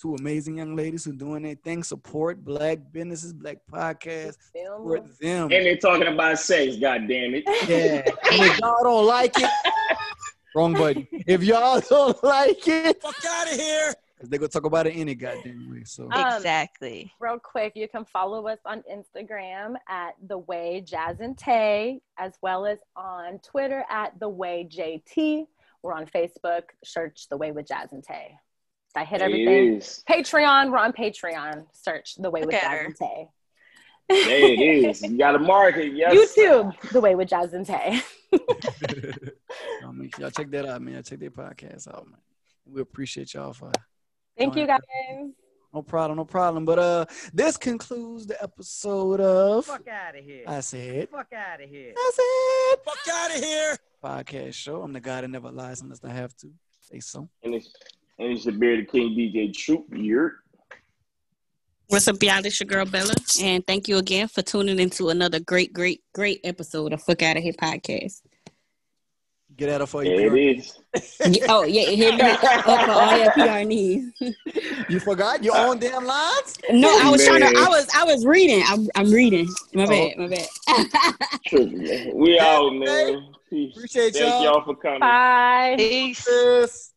[SPEAKER 3] Two amazing young ladies who doing their thing. Support black businesses, black podcasts. Support them.
[SPEAKER 2] And they're talking about sex, god damn it.
[SPEAKER 3] Yeah. And if y'all don't like it, wrong button. If y'all don't like it, fuck out of here. They gonna talk about it any goddamn way. So
[SPEAKER 4] Um,
[SPEAKER 6] Exactly.
[SPEAKER 4] Real quick, you can follow us on Instagram at The Way Jazz and Tay, as well as on Twitter at The Way JT. We're on Facebook. Search The Way with Jazz and Tay. I hit
[SPEAKER 2] There it
[SPEAKER 4] everything.
[SPEAKER 2] is.
[SPEAKER 4] Patreon. We're on Patreon. Search The Way with Jazz and Tay.
[SPEAKER 2] There it is. You got to market. Yes.
[SPEAKER 4] YouTube. The Way with Jazz and Tay.
[SPEAKER 3] y'all make sure y'all check that out, man. Y'all check their podcast out, man. We appreciate y'all for
[SPEAKER 4] Thank you guys.
[SPEAKER 3] no problem, no problem. But uh, this concludes the episode of
[SPEAKER 14] Fuck out of here.
[SPEAKER 3] I said
[SPEAKER 14] Fuck out of here.
[SPEAKER 3] I
[SPEAKER 14] said. Fuck out of here.
[SPEAKER 3] podcast show. I'm the guy that never lies unless I have to. Say so.
[SPEAKER 2] And it's, and it's your bearded king, DJ Troop. You're
[SPEAKER 11] What's up, y'all? This your girl Bella, and thank you again for tuning into another great, great, great episode of Fuck Out of Here podcast.
[SPEAKER 3] Get out of for
[SPEAKER 2] There
[SPEAKER 3] you.
[SPEAKER 2] it is.
[SPEAKER 11] Yeah, oh yeah, hit me up for all that PR needs.
[SPEAKER 3] You forgot your own damn lines?
[SPEAKER 11] No, I was trying to.
[SPEAKER 2] Man.
[SPEAKER 11] I was. I was reading. I'm. I'm reading.
[SPEAKER 2] Oh,
[SPEAKER 11] My bad. My bad.
[SPEAKER 2] Troop, man. We out, man. Peace.
[SPEAKER 3] Appreciate
[SPEAKER 2] Thank
[SPEAKER 3] y'all.
[SPEAKER 2] um, y'all for coming.
[SPEAKER 4] Bye.
[SPEAKER 6] Peace.
[SPEAKER 3] Peace.